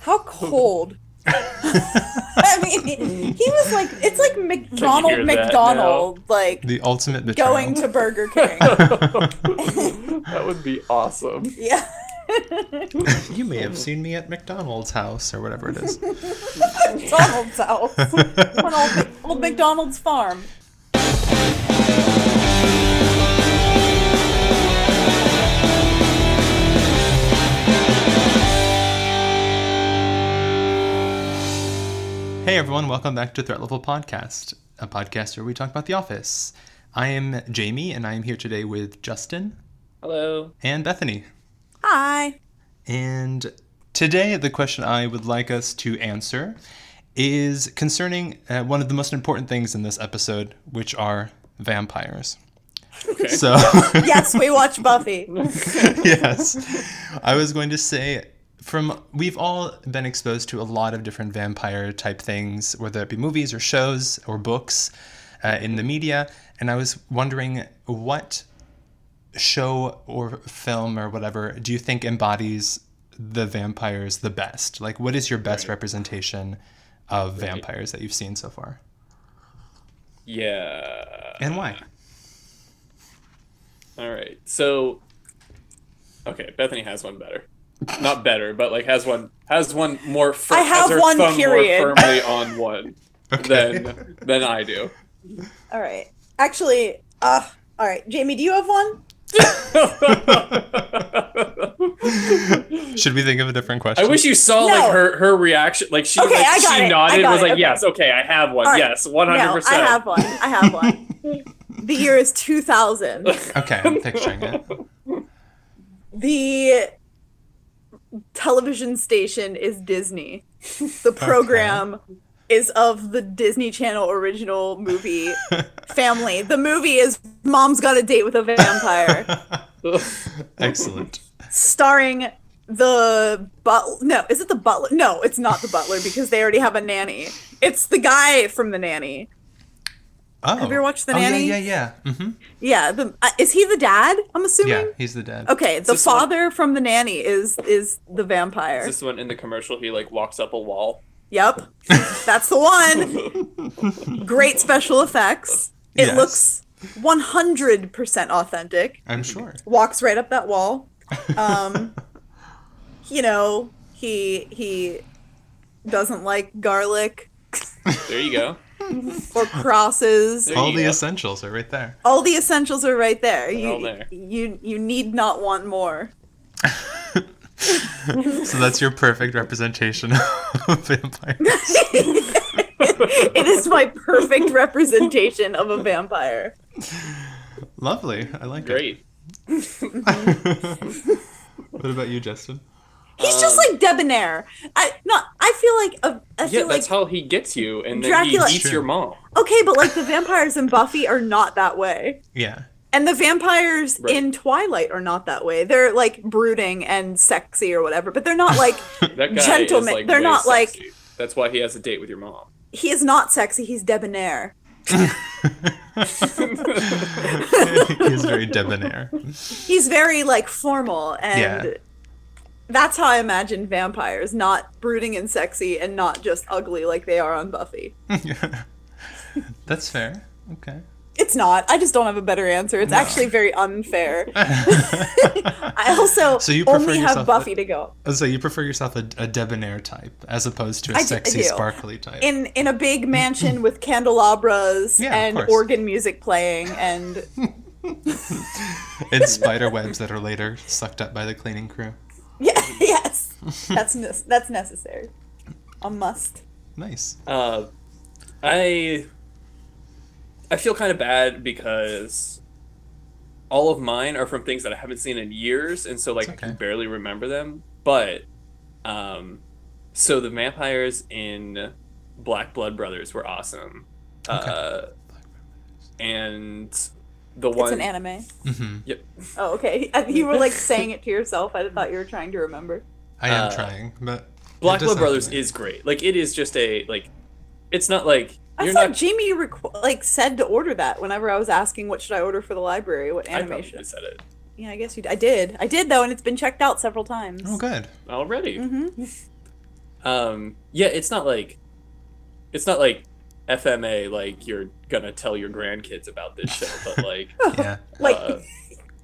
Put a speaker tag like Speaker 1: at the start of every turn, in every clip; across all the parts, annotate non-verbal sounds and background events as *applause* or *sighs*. Speaker 1: How cold. *laughs* I mean, he was like, it's like
Speaker 2: hear
Speaker 1: McDonald
Speaker 2: that
Speaker 1: McDonald, like
Speaker 3: *laughs* The ultimate betrayal.
Speaker 1: going to Burger King.
Speaker 2: that would be awesome.
Speaker 1: yeah.
Speaker 3: *laughs*
Speaker 1: *laughs*
Speaker 3: you may have seen me at McDonald's house or whatever it
Speaker 1: *laughs*
Speaker 3: is.
Speaker 1: McDonald's house. On
Speaker 3: *laughs*
Speaker 1: old, old McDonald's farm.
Speaker 3: hey everyone, welcome back to Threat Level Podcast, a podcast where we talk about The Office. I am Jamie, and I am here today with Justin
Speaker 2: Hello.
Speaker 3: and Bethany.
Speaker 1: Hi.
Speaker 3: And today, the question I would like us to answer is concerning uh, one of the most important things in this episode, which are vampires.
Speaker 2: Okay.
Speaker 3: So, *laughs*
Speaker 1: Yes, we watch Buffy.
Speaker 3: yes, I was going to say from we've all been exposed to a lot of different vampire type things, whether it be movies or shows or books uh, in the media. And I was wondering what show or film or whatever do you think embodies the vampires the best? Like, what is your best representation of vampires that you've seen so far,
Speaker 2: Yeah.
Speaker 3: and why?
Speaker 2: All right. So, okay, Bethany has one better. Not better, but like has one has one more. Fir-
Speaker 1: I
Speaker 2: has
Speaker 1: have
Speaker 2: her
Speaker 1: one
Speaker 2: thumb
Speaker 1: period.
Speaker 2: More firmly on one *laughs* than than I do. *laughs*
Speaker 1: All right. Actually, uh, all right. Jamie, do you have one?
Speaker 3: *laughs* Should we think of a different
Speaker 2: I
Speaker 3: question?
Speaker 2: wish you saw
Speaker 1: No.
Speaker 2: like her her reaction. Like she
Speaker 1: Okay,
Speaker 2: like,
Speaker 1: I got
Speaker 2: she
Speaker 1: it. I
Speaker 2: nodded
Speaker 1: got
Speaker 2: was
Speaker 1: it.
Speaker 2: like
Speaker 1: Okay.
Speaker 2: yes okay I have one
Speaker 1: All right.
Speaker 2: yes one hundred
Speaker 1: No, I
Speaker 2: percent.
Speaker 1: have one. I have one.
Speaker 2: *laughs*
Speaker 1: the year is 2000.
Speaker 3: Okay, I'm picturing it.
Speaker 2: *laughs*
Speaker 1: The television station is Disney. The program is of the Disney Channel original
Speaker 2: *laughs*
Speaker 1: movie family. The movie is Mom's Got a Date with a Vampire,
Speaker 3: Excellent.
Speaker 1: starring the but no, is it the butler? No, it's not the butler because they already have a nanny. It's the guy from the nanny.
Speaker 3: Oh.
Speaker 1: you ever watched The
Speaker 3: oh,
Speaker 1: Nanny?
Speaker 3: Yeah, yeah, yeah. hmm
Speaker 1: Yeah, the, uh, is he the dad? I'm assuming.
Speaker 3: Yeah, he's the dad.
Speaker 1: Okay, the
Speaker 2: this one-
Speaker 1: father from the nanny is is the vampire.
Speaker 2: *laughs* Is this the one in the commercial? He like walks up a wall.
Speaker 1: Yep. That's the one. Great special effects. It
Speaker 3: Yes.
Speaker 1: looks 100% authentic.
Speaker 3: I'm sure.
Speaker 1: Walks right up that wall. Um, you know, he he doesn't like garlic
Speaker 2: There you go.
Speaker 1: or crosses.
Speaker 2: There
Speaker 3: All
Speaker 2: you
Speaker 3: the
Speaker 2: go.
Speaker 3: essentials are right there. *laughs*
Speaker 1: All the essentials are right there. You,
Speaker 2: all there.
Speaker 1: you you need not want more. *laughs*
Speaker 3: So that's your perfect representation of vampire.
Speaker 1: It is my perfect representation of a vampire.
Speaker 3: Lovely. I like *laughs*
Speaker 2: Great.
Speaker 1: Mm-hmm.
Speaker 3: it. what about you, Justin?
Speaker 1: He's just
Speaker 2: Um,
Speaker 1: like debonair. I not I feel like a, I
Speaker 2: Yeah,
Speaker 1: feel like
Speaker 2: that's how he gets you, and then
Speaker 1: Dracula-
Speaker 2: he eats
Speaker 3: Sure.
Speaker 2: your mom.
Speaker 1: Okay, but like the vampires in Buffy are not that way.
Speaker 3: *laughs* Yeah.
Speaker 1: And the vampires
Speaker 2: Right.
Speaker 1: in Twilight are not that way. They're like brooding and sexy or whatever, but they're not like
Speaker 2: That guy
Speaker 1: Gentlemen,
Speaker 2: is like
Speaker 1: they're
Speaker 2: way
Speaker 1: not, like-
Speaker 2: sexy. That's why he has a date with your mom.
Speaker 1: he is not sexy, he's debonair.
Speaker 3: He's
Speaker 1: *laughs*
Speaker 3: very debonair. *laughs*
Speaker 1: He's very like formal and
Speaker 3: Yeah.
Speaker 1: that's how I imagine vampires, not brooding and sexy and not just ugly like they are on Buffy.
Speaker 3: That's fair. Okay.
Speaker 1: It's not. I just don't have a better answer. It's actually very unfair. *laughs* I also
Speaker 3: So you prefer
Speaker 1: only
Speaker 3: yourself
Speaker 1: have Buffy to go.
Speaker 3: so you prefer yourself a, a debonair type as opposed to a
Speaker 1: I do- I
Speaker 3: sexy,
Speaker 1: do.
Speaker 3: sparkly type.
Speaker 1: in in a big mansion with candelabras
Speaker 3: Yeah, of
Speaker 1: and
Speaker 3: course.
Speaker 1: organ music playing and *laughs*
Speaker 3: *laughs* and spider webs that are later sucked up by the cleaning crew.
Speaker 1: yeah, yes that's ne- that's necessary a must
Speaker 3: *laughs* Nice.
Speaker 2: *laughs* Uh, I I feel kind of bad because all of mine are from things that I haven't seen in years, and so like
Speaker 3: It's
Speaker 2: I can
Speaker 3: okay.
Speaker 2: barely remember them. But um, so the vampires in Black Blood Brothers were awesome, uh, and the
Speaker 1: it's
Speaker 2: one
Speaker 1: an anime
Speaker 3: hmm
Speaker 2: Yep.
Speaker 1: oh okay *laughs* I- you were like saying it to yourself i thought you were trying to remember
Speaker 3: I am
Speaker 2: Uh,
Speaker 3: trying, but it
Speaker 2: Black
Speaker 3: does
Speaker 2: Blood
Speaker 3: sound
Speaker 2: Brothers
Speaker 3: familiar.
Speaker 2: is great. Like it is just a like, it's not like
Speaker 1: i
Speaker 2: you're
Speaker 1: thought
Speaker 2: not.
Speaker 1: jamie requ- like said to order that whenever i was asking what should i order for the library what
Speaker 2: I
Speaker 1: anime
Speaker 2: probably
Speaker 1: should
Speaker 2: said it
Speaker 1: yeah i guess you d- i did i did though and it's been checked out several times
Speaker 2: Uh,
Speaker 3: oh good.
Speaker 2: already.
Speaker 1: mm-hmm.
Speaker 2: Um, yeah, it's not like it's not like FMA like you're gonna tell your grandkids about this show, but like
Speaker 3: yeah.
Speaker 1: *laughs*
Speaker 3: *laughs*
Speaker 1: Like
Speaker 2: uh,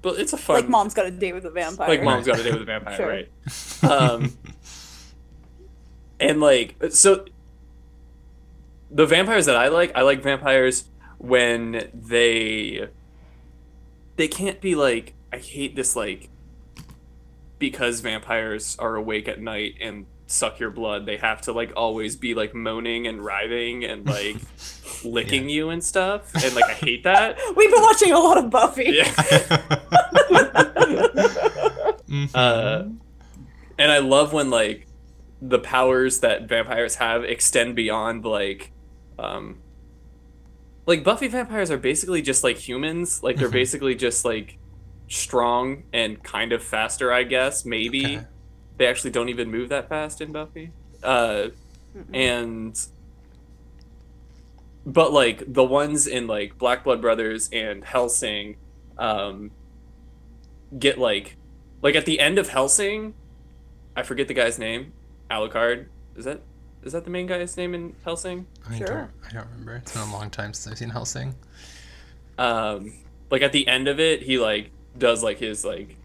Speaker 2: but it's a fun
Speaker 1: like mom's got a date with a vampire.
Speaker 2: like mom's got a date with a vampire,
Speaker 1: *laughs* Sure.
Speaker 2: right? Um, and like so, the vampires that I like, I like vampires when they they can't be like I hate this like because vampires are awake at night and suck your blood. They have to like always be like moaning and writhing and like licking you and stuff. And like I hate that.
Speaker 1: We've been watching a lot of Buffy.
Speaker 2: Yeah.
Speaker 3: Mhm.
Speaker 2: *laughs* Uh, and I love when like the powers that vampires have extend beyond like um like Buffy vampires are basically just like humans. Like they're
Speaker 3: Mhm.
Speaker 2: basically just like strong and kind of faster, I guess, maybe.
Speaker 3: Okay.
Speaker 2: They actually don't even move that fast in Buffy. Uh and but like the ones in like Black Blood Brothers and Helsing um get like like at the end of Helsing, I forget the guy's name. Alucard. Is that is that the main guy's name in Helsing?
Speaker 3: I
Speaker 1: Sure.
Speaker 3: don't. I don't remember. It's been a long time since I've seen Helsing.
Speaker 2: Um like at the end of it, he like does like his like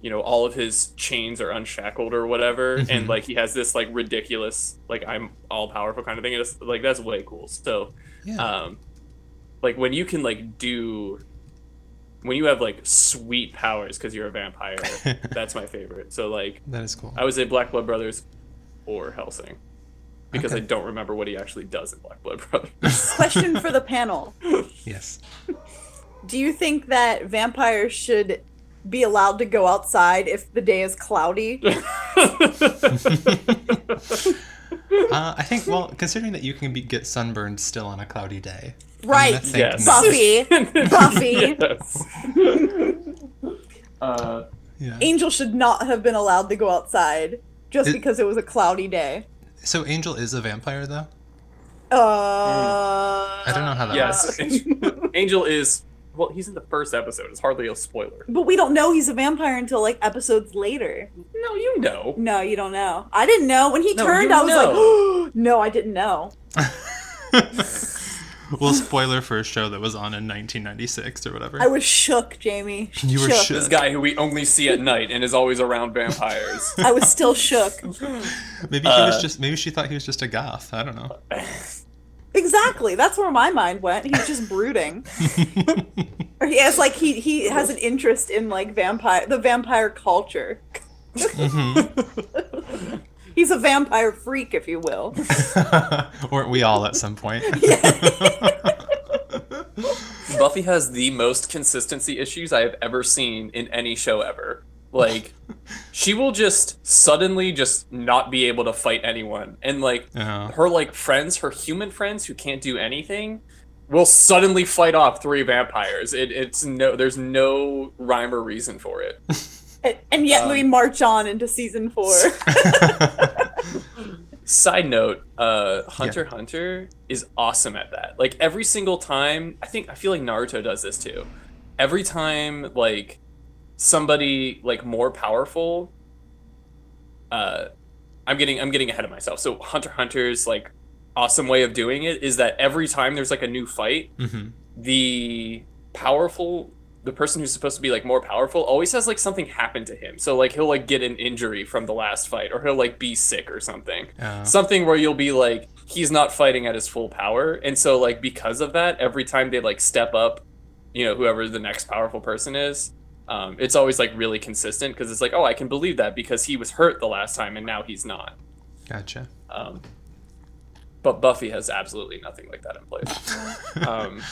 Speaker 2: you know, all of his chains are unshackled or whatever,
Speaker 3: Mhm.
Speaker 2: and like he has this like ridiculous like I'm all powerful kind of thing. And it's like that's way cool. So
Speaker 3: Yeah.
Speaker 2: *laughs*
Speaker 3: *laughs*
Speaker 2: um like when you can like do when you have like sweet powers because you're a vampire that's my favorite so like
Speaker 3: that is cool.
Speaker 2: i would say black blood brothers or helsing because
Speaker 3: Okay.
Speaker 2: i don't remember what he actually does in black blood brothers *laughs*
Speaker 1: Question for the panel.
Speaker 3: *laughs* yes. *laughs*
Speaker 1: Do you think that vampires should be allowed to go outside if the day is
Speaker 2: *laughs*
Speaker 1: cloudy?
Speaker 3: Uh, I think. Well, considering that you can be, get sunburned still on a cloudy day. I'm gonna
Speaker 1: Right.
Speaker 3: think
Speaker 2: Yes.
Speaker 3: no. *laughs*
Speaker 1: Buffy. Buffy.
Speaker 2: Yes. *laughs* uh,
Speaker 3: Yeah.
Speaker 1: Angel should not have been allowed to go outside just
Speaker 3: Is-
Speaker 1: because it was a cloudy day.
Speaker 3: So Angel is a vampire, though.
Speaker 1: Uh,
Speaker 3: I don't know how that
Speaker 2: yes
Speaker 3: works.
Speaker 2: angel is well he's in the first episode it's hardly a spoiler
Speaker 1: But we don't know he's a vampire until like episodes later.
Speaker 2: no you know
Speaker 1: No, you don't know. I didn't know when he
Speaker 2: No,
Speaker 1: turned.
Speaker 2: you
Speaker 1: I was like, *gasps*
Speaker 2: know.
Speaker 1: oh, no, I didn't know. *laughs*
Speaker 3: *laughs* well, spoiler for a show that was on in 1996 or whatever.
Speaker 1: I was shook, Jamie.
Speaker 3: You were
Speaker 2: this
Speaker 3: shook.
Speaker 2: guy who we only see at night and is always around vampires *laughs*
Speaker 1: I was still shook.
Speaker 3: *laughs* maybe he
Speaker 2: uh,
Speaker 3: was just. Maybe she thought he was just a goth. I don't know.
Speaker 1: Exactly. That's where my mind went. He was just
Speaker 3: *laughs*
Speaker 1: brooding. Or he has like he he has an interest in like vampire the vampire culture. *laughs*
Speaker 3: Mhm.
Speaker 1: He's a vampire freak, if you
Speaker 2: *laughs*
Speaker 1: will.
Speaker 3: *laughs* Weren't we all at
Speaker 1: *laughs*
Speaker 3: some point? *laughs*
Speaker 2: Buffy has the most consistency issues I have ever seen in any show ever. Like, she will just suddenly just not be able to fight anyone, and like
Speaker 3: Yeah.
Speaker 1: *laughs*
Speaker 2: her like friends, her human friends who can't do anything, will suddenly fight off three vampires. It, it's no, there's no rhyme or reason for it.
Speaker 1: And, and yet
Speaker 2: Um,
Speaker 1: we march on into season four.
Speaker 2: Side note, uh, Hunter x Hunter is awesome at that. Like every single time, I think I feel like Naruto does this too. Every time like somebody like more powerful, uh, I'm getting I'm getting ahead of myself. So Hunter x Hunter's like awesome way of doing it is that every time there's like a new fight,
Speaker 3: Mhm.
Speaker 2: the powerful the person who's supposed to be like more powerful always has like something happen to him so like he'll like get an injury from the last fight or he'll like be sick or something
Speaker 3: Yeah.
Speaker 2: something where you'll be like he's not fighting at his full power and so like because of that every time they like step up you know whoever the next powerful person is um, it's always like really consistent because it's like oh i can believe that because he was hurt the last time and now he's not
Speaker 3: Gotcha.
Speaker 2: um, but buffy has absolutely nothing like that in place um,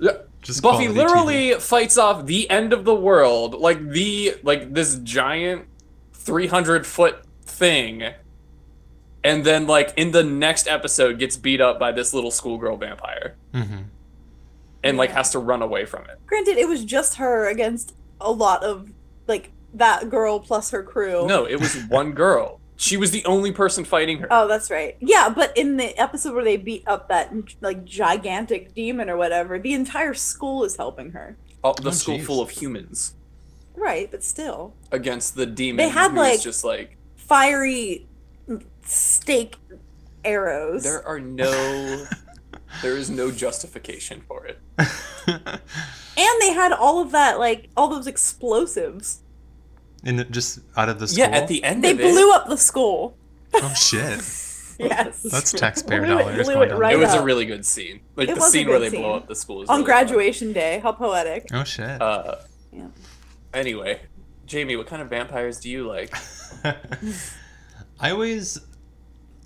Speaker 2: yeah,
Speaker 3: Just
Speaker 2: Buffy
Speaker 3: quality
Speaker 2: literally fights off the end of the world, like the like this giant three hundred foot thing, and then like in the next episode gets beat up by this little schoolgirl vampire
Speaker 3: Mhm.
Speaker 2: and like
Speaker 1: Yeah.
Speaker 2: has to run away from it.
Speaker 1: *laughs* Granted, it was just her against a lot of like that girl plus her crew.
Speaker 2: No, it *laughs* was one girl. She was the only person fighting her.
Speaker 1: Oh, that's right. Yeah, but in the episode where they beat up that like gigantic demon or whatever, the entire school is helping her.
Speaker 2: All- the
Speaker 3: Oh,
Speaker 2: school
Speaker 3: jeez.
Speaker 2: full of humans
Speaker 1: Right, but still.
Speaker 2: against the demon.
Speaker 1: They had,
Speaker 2: who's
Speaker 1: like-
Speaker 2: just like
Speaker 1: Fiery mm, stake arrows.
Speaker 2: There
Speaker 1: *laughs*
Speaker 2: are no. there is no justification for it.
Speaker 3: Mm-hmm. *laughs*
Speaker 1: and they had all of that, like all those explosives.
Speaker 3: And it just out of the school.
Speaker 2: Yeah, at the end
Speaker 1: They
Speaker 2: of it,
Speaker 1: blew up the school.
Speaker 3: oh shit,
Speaker 2: *laughs*
Speaker 1: Yes.
Speaker 3: that's taxpayer
Speaker 1: Blew it-
Speaker 3: dollars.
Speaker 1: blew
Speaker 3: going
Speaker 1: it
Speaker 3: down
Speaker 1: right
Speaker 2: it
Speaker 3: the-
Speaker 2: was
Speaker 1: up.
Speaker 2: a really good scene. Like
Speaker 1: It
Speaker 2: the
Speaker 1: was a
Speaker 2: scene where they
Speaker 1: good
Speaker 2: blow
Speaker 1: scene.
Speaker 2: up the school. Is
Speaker 1: On
Speaker 2: really fun.
Speaker 1: graduation day. How poetic.
Speaker 3: Oh shit.
Speaker 2: Uh,
Speaker 1: Yeah.
Speaker 2: anyway, Jamie, what kind of vampires do you like? Uh,
Speaker 3: *laughs* I always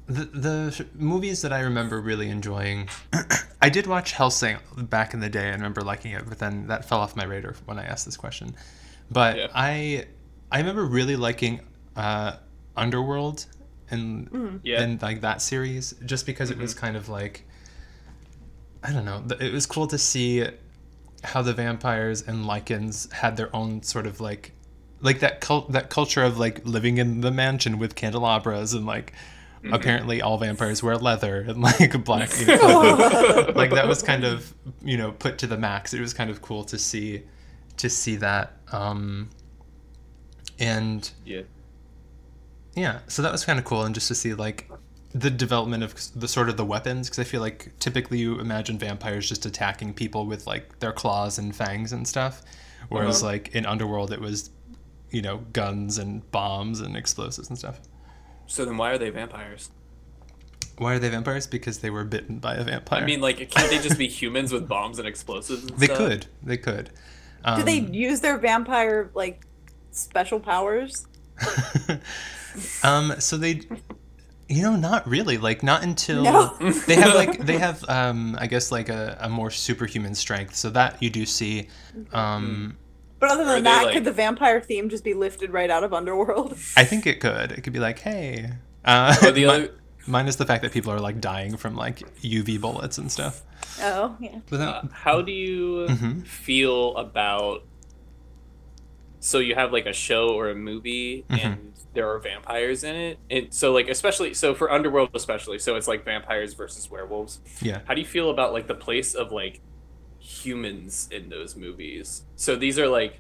Speaker 3: the the sh- movies that I remember really enjoying. *clears throat* I did watch Helsing back in the day. I remember liking it, but then that fell off my radar when I asked this question. But
Speaker 2: Yeah.
Speaker 3: I I remember really liking uh, Underworld and
Speaker 2: Yeah.
Speaker 3: and like that series just because it was kind of like I don't know. th- It was cool to see how the vampires and lichens had their own sort of like like that cult that culture of like living in the mansion with candelabras and like apparently all vampires wear leather and like *laughs* black you
Speaker 2: *laughs*
Speaker 3: know, like that was kind of you know put to the max it was kind of cool to see to see that um and
Speaker 2: Yeah.
Speaker 3: yeah so that was kind of cool and just to see like the development of the sort of the weapons because i feel like typically you imagine vampires just attacking people with like their claws and fangs and stuff whereas
Speaker 2: Uh-huh.
Speaker 3: like in underworld it was you know guns and bombs and explosives and stuff
Speaker 2: So then, why are they vampires?
Speaker 3: why are they vampires because they were bitten by a vampire
Speaker 2: I mean, like, can't they just be humans with bombs and explosives? And
Speaker 3: they
Speaker 2: stuff?
Speaker 3: could they could um,
Speaker 1: Do they use their vampire like special powers?
Speaker 3: *laughs* um so they you know not really like not until
Speaker 1: No.
Speaker 2: *laughs*
Speaker 3: they have like they have um i guess like a, a more superhuman strength so that you do see um
Speaker 1: But other
Speaker 2: Are they,
Speaker 1: than that,
Speaker 2: like-
Speaker 1: could the vampire theme just be lifted right out of Underworld?
Speaker 3: i think it could it could be like hey uh
Speaker 2: Or
Speaker 3: *laughs*
Speaker 2: the
Speaker 3: mi-
Speaker 2: other-
Speaker 3: minus the fact that people are like dying from like uv bullets and stuff
Speaker 1: *laughs* Oh, yeah.
Speaker 3: but that,
Speaker 2: Uh, how do you
Speaker 3: Mhm.
Speaker 2: feel about? So you have like a show or a movie,
Speaker 3: Mm-hmm.
Speaker 2: and there are vampires in it, and so like especially so for Underworld especially, so it's like vampires versus werewolves.
Speaker 3: yeah
Speaker 2: How do you feel about like the place of like humans in those movies? So these are like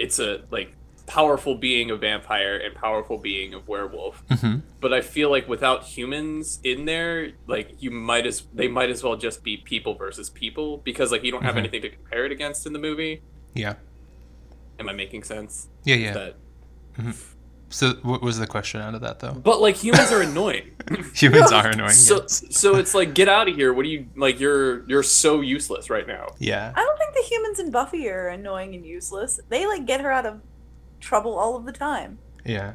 Speaker 2: it's a like powerful being of vampire and powerful being of werewolf.
Speaker 3: hmm
Speaker 2: But I feel like without humans in there, like you might as they might as well just be people versus people because like you don't have
Speaker 3: Mhm.
Speaker 2: anything to compare it against in the movie.
Speaker 3: yeah
Speaker 2: Am I making sense?
Speaker 3: yeah yeah
Speaker 2: That-
Speaker 3: so what was the question out of that though *laughs*
Speaker 2: but like humans are annoying.
Speaker 3: humans
Speaker 2: *laughs*
Speaker 3: are *laughs* annoying
Speaker 2: so
Speaker 3: yes.
Speaker 2: so it's like get out of here. What do you like you're you're so useless right now.
Speaker 3: yeah
Speaker 1: I don't think the humans in Buffy are annoying and useless. They like get her out of trouble all of the time.
Speaker 3: yeah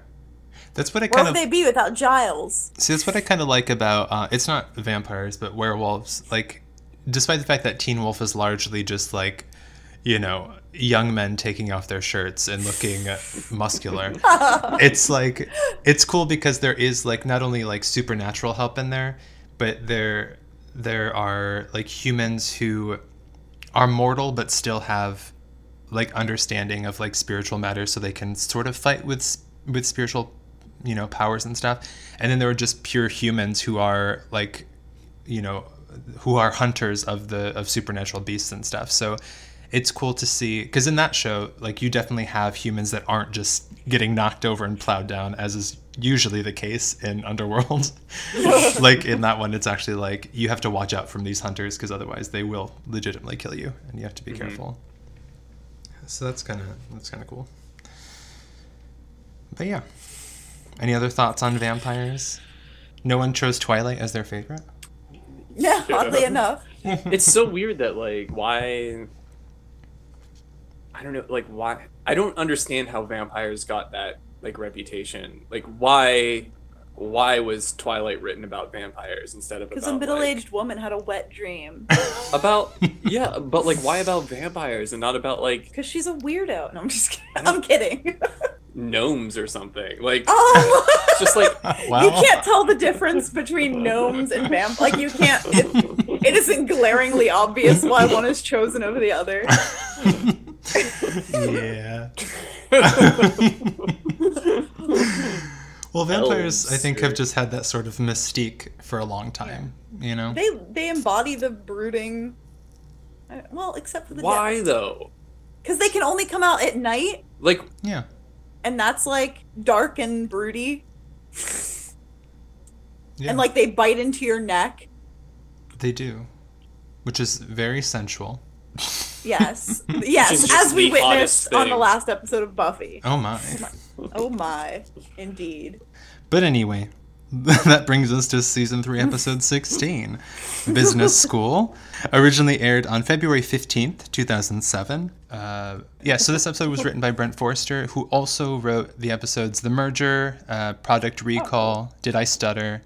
Speaker 3: that's what it
Speaker 1: Where
Speaker 3: kind
Speaker 1: would
Speaker 3: of
Speaker 1: they be without Giles? *laughs*
Speaker 3: See, that's what I kind of like about uh, it's not vampires, but werewolves. Like, despite the fact that Teen Wolf is largely just like, you know, young men taking off their shirts and looking uh, muscular, it's like it's cool because there is like not only like supernatural help in there, but there there are like humans who are mortal but still have like understanding of like spiritual matters so they can sort of fight with s- with spiritual you know powers and stuff and then there are just pure humans who are like you know who are hunters of the of supernatural beasts and stuff so it's cool to see because in that show like you definitely have humans that aren't just getting knocked over and plowed down as is usually the case in underworld *laughs* like in that one it's actually like you have to watch out from these hunters because otherwise they will legitimately kill you and you have to be careful so that's kind of that's kind of cool but yeah any other thoughts on vampires no one chose twilight as their favorite
Speaker 1: Yeah, oddly
Speaker 2: *laughs*
Speaker 1: enough.
Speaker 2: it's so weird that like why I don't know like why I don't understand how vampires got that like reputation. Like why why was Twilight written about vampires instead of
Speaker 1: Because
Speaker 2: about,
Speaker 1: a middle
Speaker 2: like-
Speaker 1: aged woman had a wet dream. *laughs*
Speaker 2: about yeah, but like why about vampires and not about like
Speaker 1: Because she's a weirdo. No, I'm just kidding. *laughs* I'm
Speaker 2: *laughs*
Speaker 1: kidding.
Speaker 2: gnomes or something. Like
Speaker 1: Oh!
Speaker 2: it's just like *laughs*
Speaker 1: *laughs* *laughs*
Speaker 3: wow
Speaker 1: You can't tell the difference between gnomes and vamp. Like you
Speaker 3: *laughs*
Speaker 1: can't. It, it isn't glaringly obvious why one is chosen over the other.
Speaker 3: yeah *laughs* well vampires i think have
Speaker 2: sick.
Speaker 3: just had that sort of mystique for a long time you know
Speaker 1: They they embody the brooding. I- Well, except for the
Speaker 2: why though?
Speaker 1: because they can only come out at night,
Speaker 2: Like
Speaker 3: yeah
Speaker 1: and that's like dark and broody.
Speaker 3: Yeah,
Speaker 1: and like they bite into your neck.
Speaker 3: they do, which is very sensual. *laughs*
Speaker 1: Yes,
Speaker 2: *laughs* Which is
Speaker 1: yes,
Speaker 2: just
Speaker 1: as we
Speaker 2: the hottest
Speaker 1: witnessed on the
Speaker 2: thing.
Speaker 1: last episode of Buffy.
Speaker 3: Oh my!
Speaker 1: Oh my,
Speaker 2: *laughs*
Speaker 1: indeed.
Speaker 3: But anyway, *laughs* that brings us to season three, episode sixteen, Business School, originally aired on February fifteenth, two thousand seven. Uh, yeah, so this episode was written by Brent Forster, who also wrote the episodes "The Merger," uh, "Product Recall," "Did I Stutter,"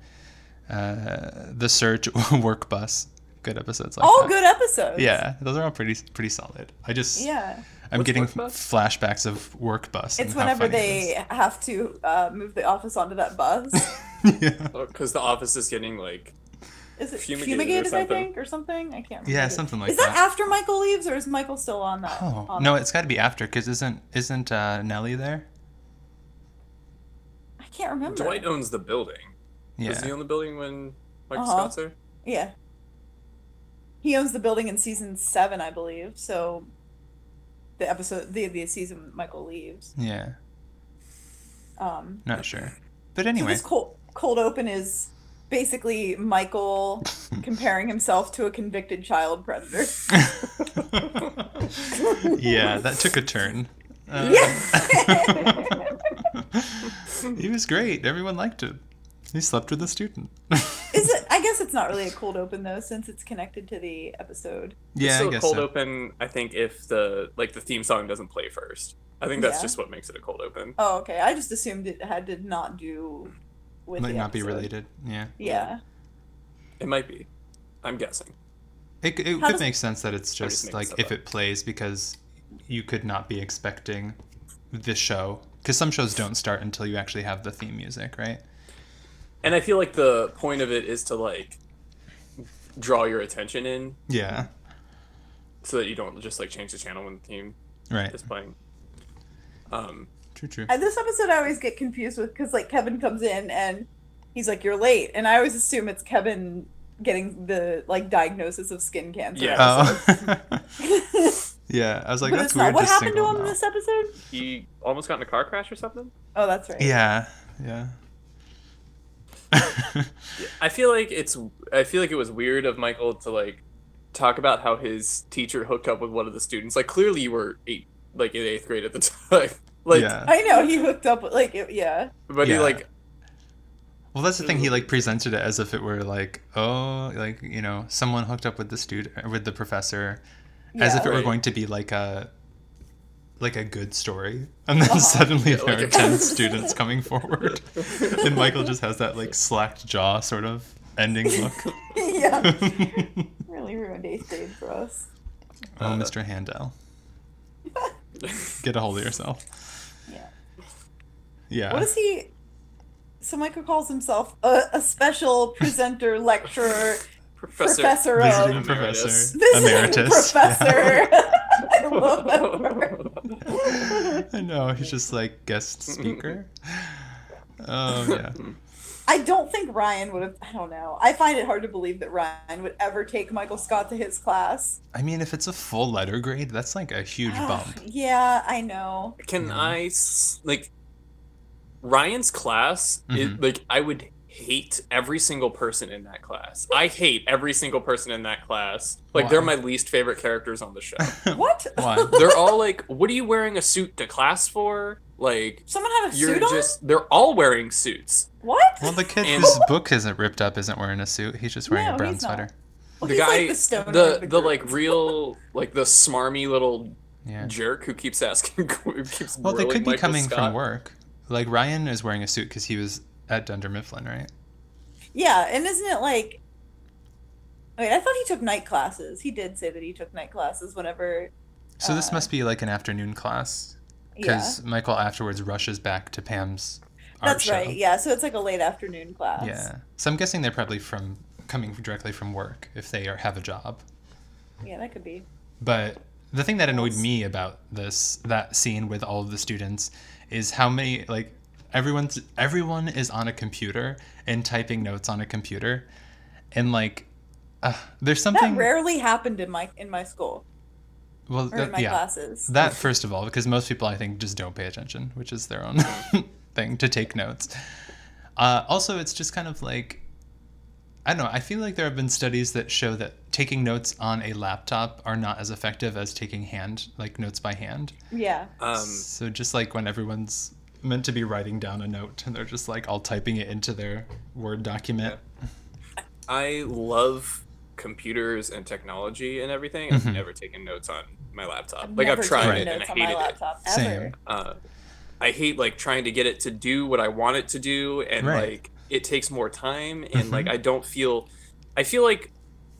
Speaker 3: uh, "The Search," *laughs* "Work Bus." Good episodes like
Speaker 1: All
Speaker 3: that.
Speaker 1: good episodes.
Speaker 3: Yeah, those are all pretty pretty solid. I just
Speaker 1: Yeah.
Speaker 3: I'm
Speaker 2: What's
Speaker 3: getting
Speaker 2: Work Bus?
Speaker 3: flashbacks of work
Speaker 1: It's
Speaker 3: bus. and how
Speaker 1: whenever
Speaker 3: funny it
Speaker 1: they have to uh, move the office onto that
Speaker 3: *laughs*
Speaker 1: bus.
Speaker 3: is. *laughs* yeah.
Speaker 2: Because uh, the office is getting like
Speaker 1: Is it
Speaker 2: Fumigated or
Speaker 1: fumigated, I
Speaker 2: something.
Speaker 1: think, or something? I can't remember.
Speaker 3: Yeah, something like
Speaker 1: Is that,
Speaker 3: that.
Speaker 1: after Michael leaves, or is Michael still on that?
Speaker 3: Oh
Speaker 1: on
Speaker 3: no, it's got to be after because isn't isn't uh, Nelly there?
Speaker 1: I can't remember.
Speaker 2: Dwight owns the building.
Speaker 3: Yeah,
Speaker 2: Was he on the building when Michael
Speaker 1: Uh-huh.
Speaker 2: Scott's there?
Speaker 1: Yeah. He owns the building in season seven, I believe. So, the episode, the the season Michael leaves.
Speaker 3: yeah,
Speaker 1: Um,
Speaker 3: not sure. But
Speaker 1: so
Speaker 3: anyway,
Speaker 1: *laughs* this cold cold open is basically
Speaker 3: *laughs*
Speaker 1: Michael comparing himself to a convicted child predator.
Speaker 3: *laughs* yeah, that took a turn. Uh,
Speaker 1: Yeah.
Speaker 3: *laughs* he was great. Everyone liked him. He slept with a student.
Speaker 1: Is it? I guess it's not really a cold open though, since it's connected to the episode.
Speaker 3: *laughs* yeah,
Speaker 2: Still
Speaker 3: I
Speaker 2: a
Speaker 3: guess
Speaker 2: cold
Speaker 3: so.
Speaker 2: open. I think if the like the theme song doesn't play first, I think that's
Speaker 1: Yeah.
Speaker 2: just what makes it a cold open.
Speaker 1: Oh, okay. I just assumed it had to not do with.
Speaker 3: Might
Speaker 1: the
Speaker 3: not be
Speaker 1: episode.
Speaker 3: related. Yeah,
Speaker 1: Yeah.
Speaker 2: It might be. I'm guessing.
Speaker 3: it, it
Speaker 1: How
Speaker 3: could
Speaker 1: does-
Speaker 3: make sense that it's
Speaker 2: just
Speaker 3: just
Speaker 2: making
Speaker 3: like
Speaker 2: stuff
Speaker 3: if
Speaker 2: up.
Speaker 3: it plays because you could not be expecting the show because some shows don't start until you actually have the theme music, right?
Speaker 2: And I feel like the point of it is to like draw your attention in
Speaker 3: Yeah.
Speaker 2: so that you don't just like change the channel when the theme
Speaker 3: Right.
Speaker 2: is playing. Um,
Speaker 3: True. True.
Speaker 1: I, this episode I always get confused with because like Kevin comes in and he's like, "You're late," and I always assume it's Kevin getting the like diagnosis of skin cancer.
Speaker 2: Yeah.
Speaker 3: Oh. *laughs*
Speaker 1: *laughs*
Speaker 3: yeah. I was like,
Speaker 1: but
Speaker 3: that's
Speaker 1: it's
Speaker 3: weird.
Speaker 1: not. What
Speaker 3: to
Speaker 1: happened to
Speaker 3: single
Speaker 1: him
Speaker 3: him out.
Speaker 1: this episode?
Speaker 2: he almost got in a car crash or something.
Speaker 1: Oh, that's right.
Speaker 3: Yeah. Yeah.
Speaker 2: I feel like it's. I feel like it was weird of Michael to like talk about how his teacher hooked up with one of the students. Like clearly, you were eight, like in eighth grade at the *laughs* time. Like,
Speaker 3: yeah.
Speaker 1: I know he hooked up with like it, yeah.
Speaker 2: but he
Speaker 3: Yeah.
Speaker 2: like
Speaker 3: *laughs* Well, that's the thing. He like presented it as if it were like, oh, like you know, someone hooked up with the student, with the professor, as if it
Speaker 1: Yeah.
Speaker 3: were
Speaker 2: Right.
Speaker 3: going to be like a, like a good story. And then
Speaker 1: Uh-huh.
Speaker 3: suddenly
Speaker 2: Yeah,
Speaker 3: there
Speaker 2: like
Speaker 3: are
Speaker 2: a-
Speaker 3: ten students coming forward, *laughs* and Michael just has that like slacked jaw sort of ending look.
Speaker 1: *laughs*
Speaker 3: *laughs*
Speaker 1: yeah.
Speaker 3: oh,
Speaker 1: Really ruined eighth grade for us.
Speaker 2: Uh,
Speaker 3: Mr. Oh, Handel,
Speaker 2: *laughs*
Speaker 3: get a hold of yourself.
Speaker 1: Yeah.
Speaker 3: Yeah.
Speaker 1: What is he? So Michael calls himself a, a special presenter, *laughs* lecturer,
Speaker 2: professor.
Speaker 1: professor,
Speaker 3: Visiting
Speaker 1: of
Speaker 2: Emeritus.
Speaker 3: professor.
Speaker 1: visiting
Speaker 3: Emeritus.
Speaker 1: professor. *laughs*
Speaker 3: *laughs*
Speaker 1: I love that word. *laughs*
Speaker 3: Yeah. *laughs* I know. He's just like guest speaker. Oh yeah.
Speaker 1: I don't think Ryan would have. I don't know. I find it hard to believe that Ryan would ever take Michael Scott to his class.
Speaker 3: I mean, if it's a full letter grade, that's like a huge
Speaker 1: Ugh,
Speaker 3: bump. *laughs*
Speaker 1: yeah, I know.
Speaker 2: Can
Speaker 3: Mhm.
Speaker 2: I s- like Ryan's class? i-
Speaker 3: Mhm.
Speaker 2: like I would hate every single person in that class. I hate every single person in that class. Like they're
Speaker 3: Why?
Speaker 2: my least favorite characters on the show.
Speaker 1: What?
Speaker 3: Why?
Speaker 2: they're all like, "What are you wearing a suit to class for?" Like
Speaker 1: Someone had a
Speaker 2: you're
Speaker 1: suit
Speaker 2: just they're all wearing suits.
Speaker 1: on. What?
Speaker 3: Well, the kid
Speaker 2: And-
Speaker 3: whose book isn't ripped up isn't wearing a suit. He's just wearing a
Speaker 1: No,
Speaker 3: brown
Speaker 1: he's not.
Speaker 3: sweater.
Speaker 1: Well,
Speaker 2: the
Speaker 1: he's
Speaker 2: guy
Speaker 1: like the stoner
Speaker 2: the,
Speaker 1: of the
Speaker 2: the,
Speaker 1: group.
Speaker 2: like real like the smarmy little
Speaker 3: Yeah.
Speaker 2: jerk who keeps asking *laughs* who keeps
Speaker 3: Well, they
Speaker 2: grilling
Speaker 3: could be
Speaker 2: Michael
Speaker 3: coming
Speaker 2: Scott.
Speaker 3: from work. Like Ryan is wearing a suit because he was at Dunder Mifflin, right?
Speaker 1: Yeah, and isn't it like? Wait, I thought he took night classes. He did say that he took night classes whenever.
Speaker 3: So this
Speaker 1: Uh,
Speaker 3: must be like an afternoon class
Speaker 1: Yeah,
Speaker 3: because Michael afterwards rushes back to Pam's art
Speaker 1: that's
Speaker 3: show.
Speaker 1: right. uh, Yeah, so it's like a late afternoon class.
Speaker 3: Yeah. So I'm guessing they're probably from coming directly from work if they are, have a job.
Speaker 1: yeah, that could be.
Speaker 3: But the thing that annoyed me about this that scene with all of the students is how many like everyone's everyone is on a computer and typing notes on a computer, and like uh, there's something
Speaker 1: That rarely happened in my in my school
Speaker 3: well
Speaker 1: or in
Speaker 3: that-
Speaker 1: my
Speaker 3: yeah
Speaker 1: classes.
Speaker 3: that first *laughs* of all because most people I think just don't pay attention, which is their own thing to take notes. Uh, also, it's just kind of like I don't know. I feel like there have been studies that show that taking notes on a laptop are not as effective as taking hand, like notes by hand.
Speaker 1: Yeah.
Speaker 2: Um,
Speaker 3: so just like when everyone's meant to be writing down a note and they're just like all typing it into their Word document.
Speaker 2: I love computers and technology and everything.
Speaker 3: Mm-hmm.
Speaker 2: I've never taken notes on my laptop. like
Speaker 1: Never
Speaker 2: I've tried
Speaker 1: taken
Speaker 2: it and I
Speaker 1: notes on my
Speaker 2: hated it.
Speaker 1: laptop,
Speaker 3: Same.
Speaker 1: ever.
Speaker 2: Uh, I hate like trying to get it to do what I want it to do, and
Speaker 3: Right. Mm-hmm.
Speaker 2: like it takes more time, and like I don't feel. I feel like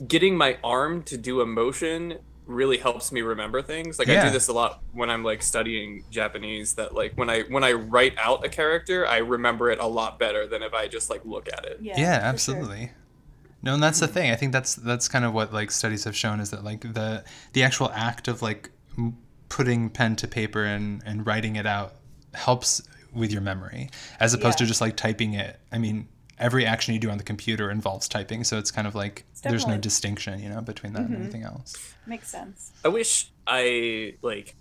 Speaker 2: getting my arm to do a motion really helps me remember things. Like I
Speaker 3: Yeah.
Speaker 2: do this a lot when I'm like studying Japanese. That like when I when I write out a character, I remember it a lot better than if I just like look at it.
Speaker 1: Yeah,
Speaker 3: Yeah,
Speaker 1: for sure. Mm-hmm.
Speaker 3: absolutely. No, and that's the thing. I think that's that's kind of what like studies have shown is that like the the actual act of like m- putting pen to paper and and writing it out helps with your memory as opposed to
Speaker 1: Yeah.
Speaker 3: just like typing it. I mean, every action you do on the computer involves typing, so it's kind of like there's
Speaker 1: definitely-
Speaker 3: no
Speaker 1: Mm-hmm.
Speaker 3: distinction, you know, between that and anything else.
Speaker 1: Makes sense.
Speaker 2: I wish I like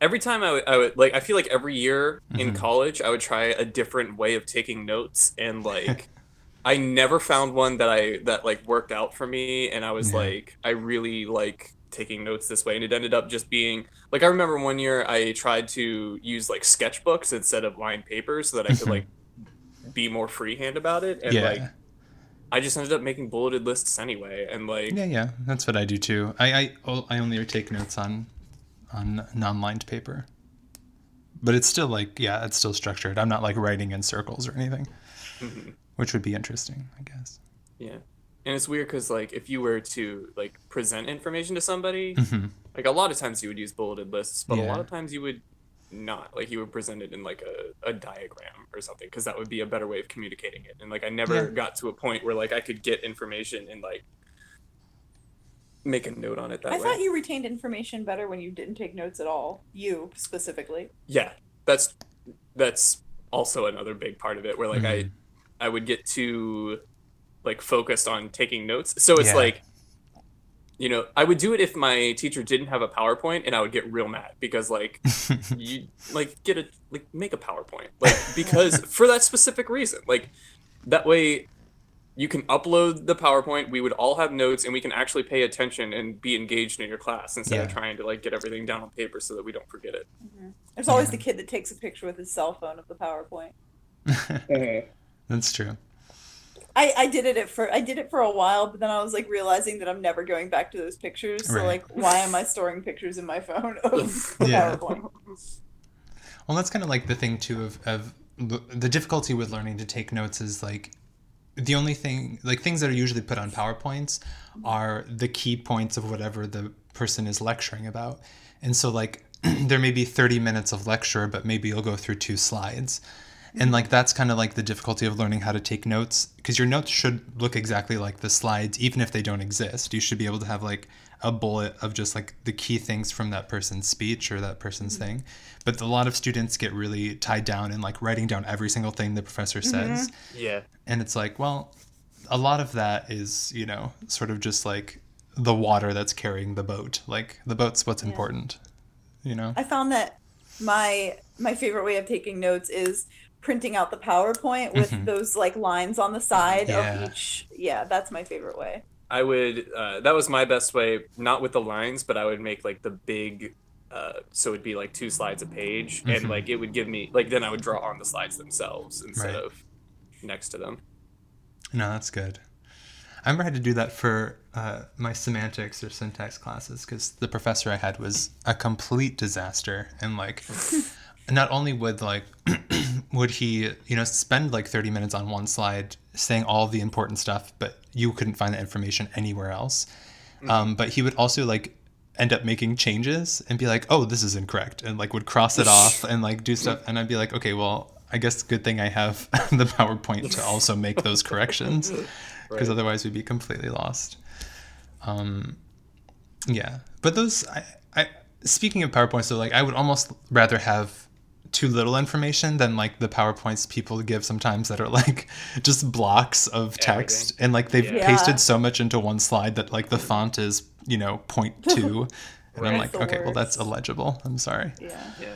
Speaker 2: every time I would, I would like I feel like every year
Speaker 3: Mm-hmm.
Speaker 2: in college I would try a different way of taking notes
Speaker 3: *laughs*
Speaker 2: and like I never found one that I that like worked out for me and I was
Speaker 3: Yeah.
Speaker 2: like I really like taking notes this way and it ended up just being like I remember one year I tried to use like sketchbooks instead of lined paper so
Speaker 3: *laughs*
Speaker 2: that I could like be more freehand about it and
Speaker 3: yeah.
Speaker 2: like I just ended up making bulleted lists anyway and like
Speaker 3: yeah, yeah. That's what I do too. I I, oh, I only take notes on on non-lined paper. But it's still like, yeah, it's still structured. I'm not like writing in circles or anything. Which would be interesting, I guess.
Speaker 2: Yeah. And it's weird because, like, if you were to like present information to somebody,
Speaker 3: Mhm.
Speaker 2: like a lot of times you would use bulleted lists, but a lot
Speaker 3: Yeah.
Speaker 2: of times you would not. Like, you would present it in like a, a diagram or something because that would be a better way of communicating it. And like, I never
Speaker 3: Yeah.
Speaker 2: got to a point where like I could get information and like make a note on it that
Speaker 1: I
Speaker 2: way.
Speaker 1: thought you retained information better when you didn't take notes at all. You specifically.
Speaker 2: yeah that's that's also another big part of it where like
Speaker 3: Mm-hmm.
Speaker 2: i i would get too like focused on taking notes so it's
Speaker 3: Yeah.
Speaker 2: like you know i would do it if my teacher didn't have a powerpoint and i would get real mad
Speaker 3: *laughs*
Speaker 2: because like
Speaker 3: Mm-hmm.
Speaker 2: you like get a like make a powerpoint like
Speaker 3: *laughs*
Speaker 2: because for that specific reason like that way you can upload the powerpoint we would all have notes and we can actually pay attention and be engaged in your class instead of
Speaker 3: Yeah.
Speaker 2: trying to like get everything down on paper so that we don't forget it
Speaker 3: Mm-hmm.
Speaker 1: There's always the kid that takes a picture with his cell phone of the PowerPoint.
Speaker 3: That's true.
Speaker 1: I, I did it at for I did it for a while, but then I was like realizing that I'm never going back to those pictures. So
Speaker 3: Right.
Speaker 1: like, why am I storing pictures in my phone *laughs* of
Speaker 3: Yeah.
Speaker 1: PowerPoint?
Speaker 3: Well, that's kind of like the thing too of of l- the difficulty with learning to take notes is like the only thing like things that are usually put on powerpoints are the key points of whatever the person is lecturing about and so like *clears throat* there may be 30 minutes of lecture but maybe you'll go through two slides and like that's kind of like the difficulty of learning how to take notes because your notes should look exactly like the slides even if they don't exist you should be able to have like a bullet of just like the key things from that person's speech or that person's thing but a lot of students get really tied down in like writing down every single thing the professor says
Speaker 2: yeah
Speaker 3: and it's like, well, a lot of that is, you know, sort of just like the water that's carrying the boat. Like the boat's what's important, you know?
Speaker 1: I found that my my favorite way of taking notes is printing out the PowerPoint with those like lines on the side
Speaker 3: Mm-hmm. Yeah.
Speaker 1: of each. Yeah, that's my favorite way.
Speaker 2: I would. Uh, that was my best way, not with the lines, but I would make like the big. Uh, so it'd be like two slides a page, and like it would give me like then I would draw on the slides themselves instead
Speaker 3: Right.
Speaker 2: of next to them.
Speaker 3: No, that's good. I remember I had to do that for uh, my semantics or syntax classes because the professor I had was a complete disaster. And like, not only would like, *clears throat* would he, you know, spend like 30 minutes on one slide saying all the important stuff, but you couldn't find that information anywhere else. Um, but he would also like end up making changes and be like, oh, this is incorrect. And like would cross it off and like do stuff. And I'd be like, okay, well, I guess good thing I have *laughs* the PowerPoint to also make those corrections because
Speaker 2: Right.
Speaker 3: otherwise we'd be completely lost. Um, yeah, but those. I, I speaking of PowerPoints, so like I would almost rather have too little information than like the PowerPoints people give sometimes that are like *laughs* just blocks of text and like they've
Speaker 2: Yeah.
Speaker 1: Yeah.
Speaker 3: pasted so much into one slide that like the font is you know point
Speaker 1: *laughs*
Speaker 3: two. And I'm
Speaker 1: That's
Speaker 3: like,
Speaker 1: the
Speaker 3: okay, well, that's
Speaker 1: worst.
Speaker 3: illegible. I'm sorry.
Speaker 1: Yeah.
Speaker 2: Yeah,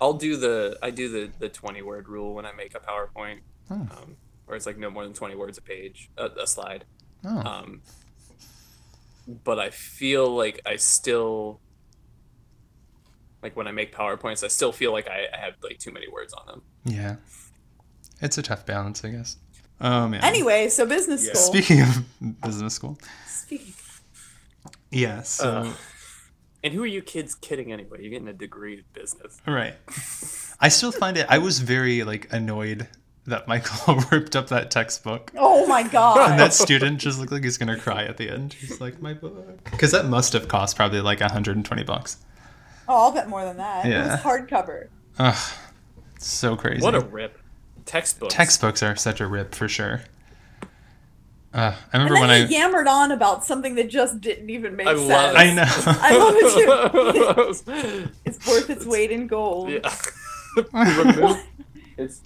Speaker 2: I'll do the I do the the twenty word rule when I make a PowerPoint.
Speaker 3: Oh.
Speaker 2: um, or it's like no more than 20 words a page, a, a slide.
Speaker 3: Oh.
Speaker 2: Um, but I feel like I still, like when I make PowerPoints, I still feel like I, I have like too many words on them.
Speaker 3: yeah. It's a tough balance, I guess. Oh man.
Speaker 1: Anyway, so business
Speaker 2: Yeah.
Speaker 1: school.
Speaker 3: Speaking of business school.
Speaker 1: Speaking.
Speaker 3: Yeah, so
Speaker 2: Uh. And who are you kids kidding anyway? You're getting a degree in business.
Speaker 3: Right. I still find it. I was very like annoyed that Michael *laughs* ripped up that textbook.
Speaker 1: Oh
Speaker 3: *laughs*
Speaker 1: my
Speaker 3: And
Speaker 1: god.
Speaker 3: that student just looked like he's gonna cry at the end. He's like, "My book," because that must have cost probably like 120 bucks.
Speaker 1: oh, I'll bet more than that. It
Speaker 3: Yeah.
Speaker 1: was hardcover.
Speaker 3: Ugh, it's so crazy.
Speaker 2: What a rip. Textbooks.
Speaker 3: textbooks are such a rip for sure. Uh, I
Speaker 1: And
Speaker 3: remember
Speaker 1: then
Speaker 3: when
Speaker 1: he
Speaker 3: I.
Speaker 1: yammered on about something that just didn't even make
Speaker 2: I
Speaker 1: sense.
Speaker 2: love
Speaker 3: I
Speaker 1: I
Speaker 3: know.
Speaker 1: love it too.
Speaker 2: *laughs* too.
Speaker 1: it's worth its weight in gold.
Speaker 2: Yeah.
Speaker 3: *laughs*
Speaker 2: Remove- it's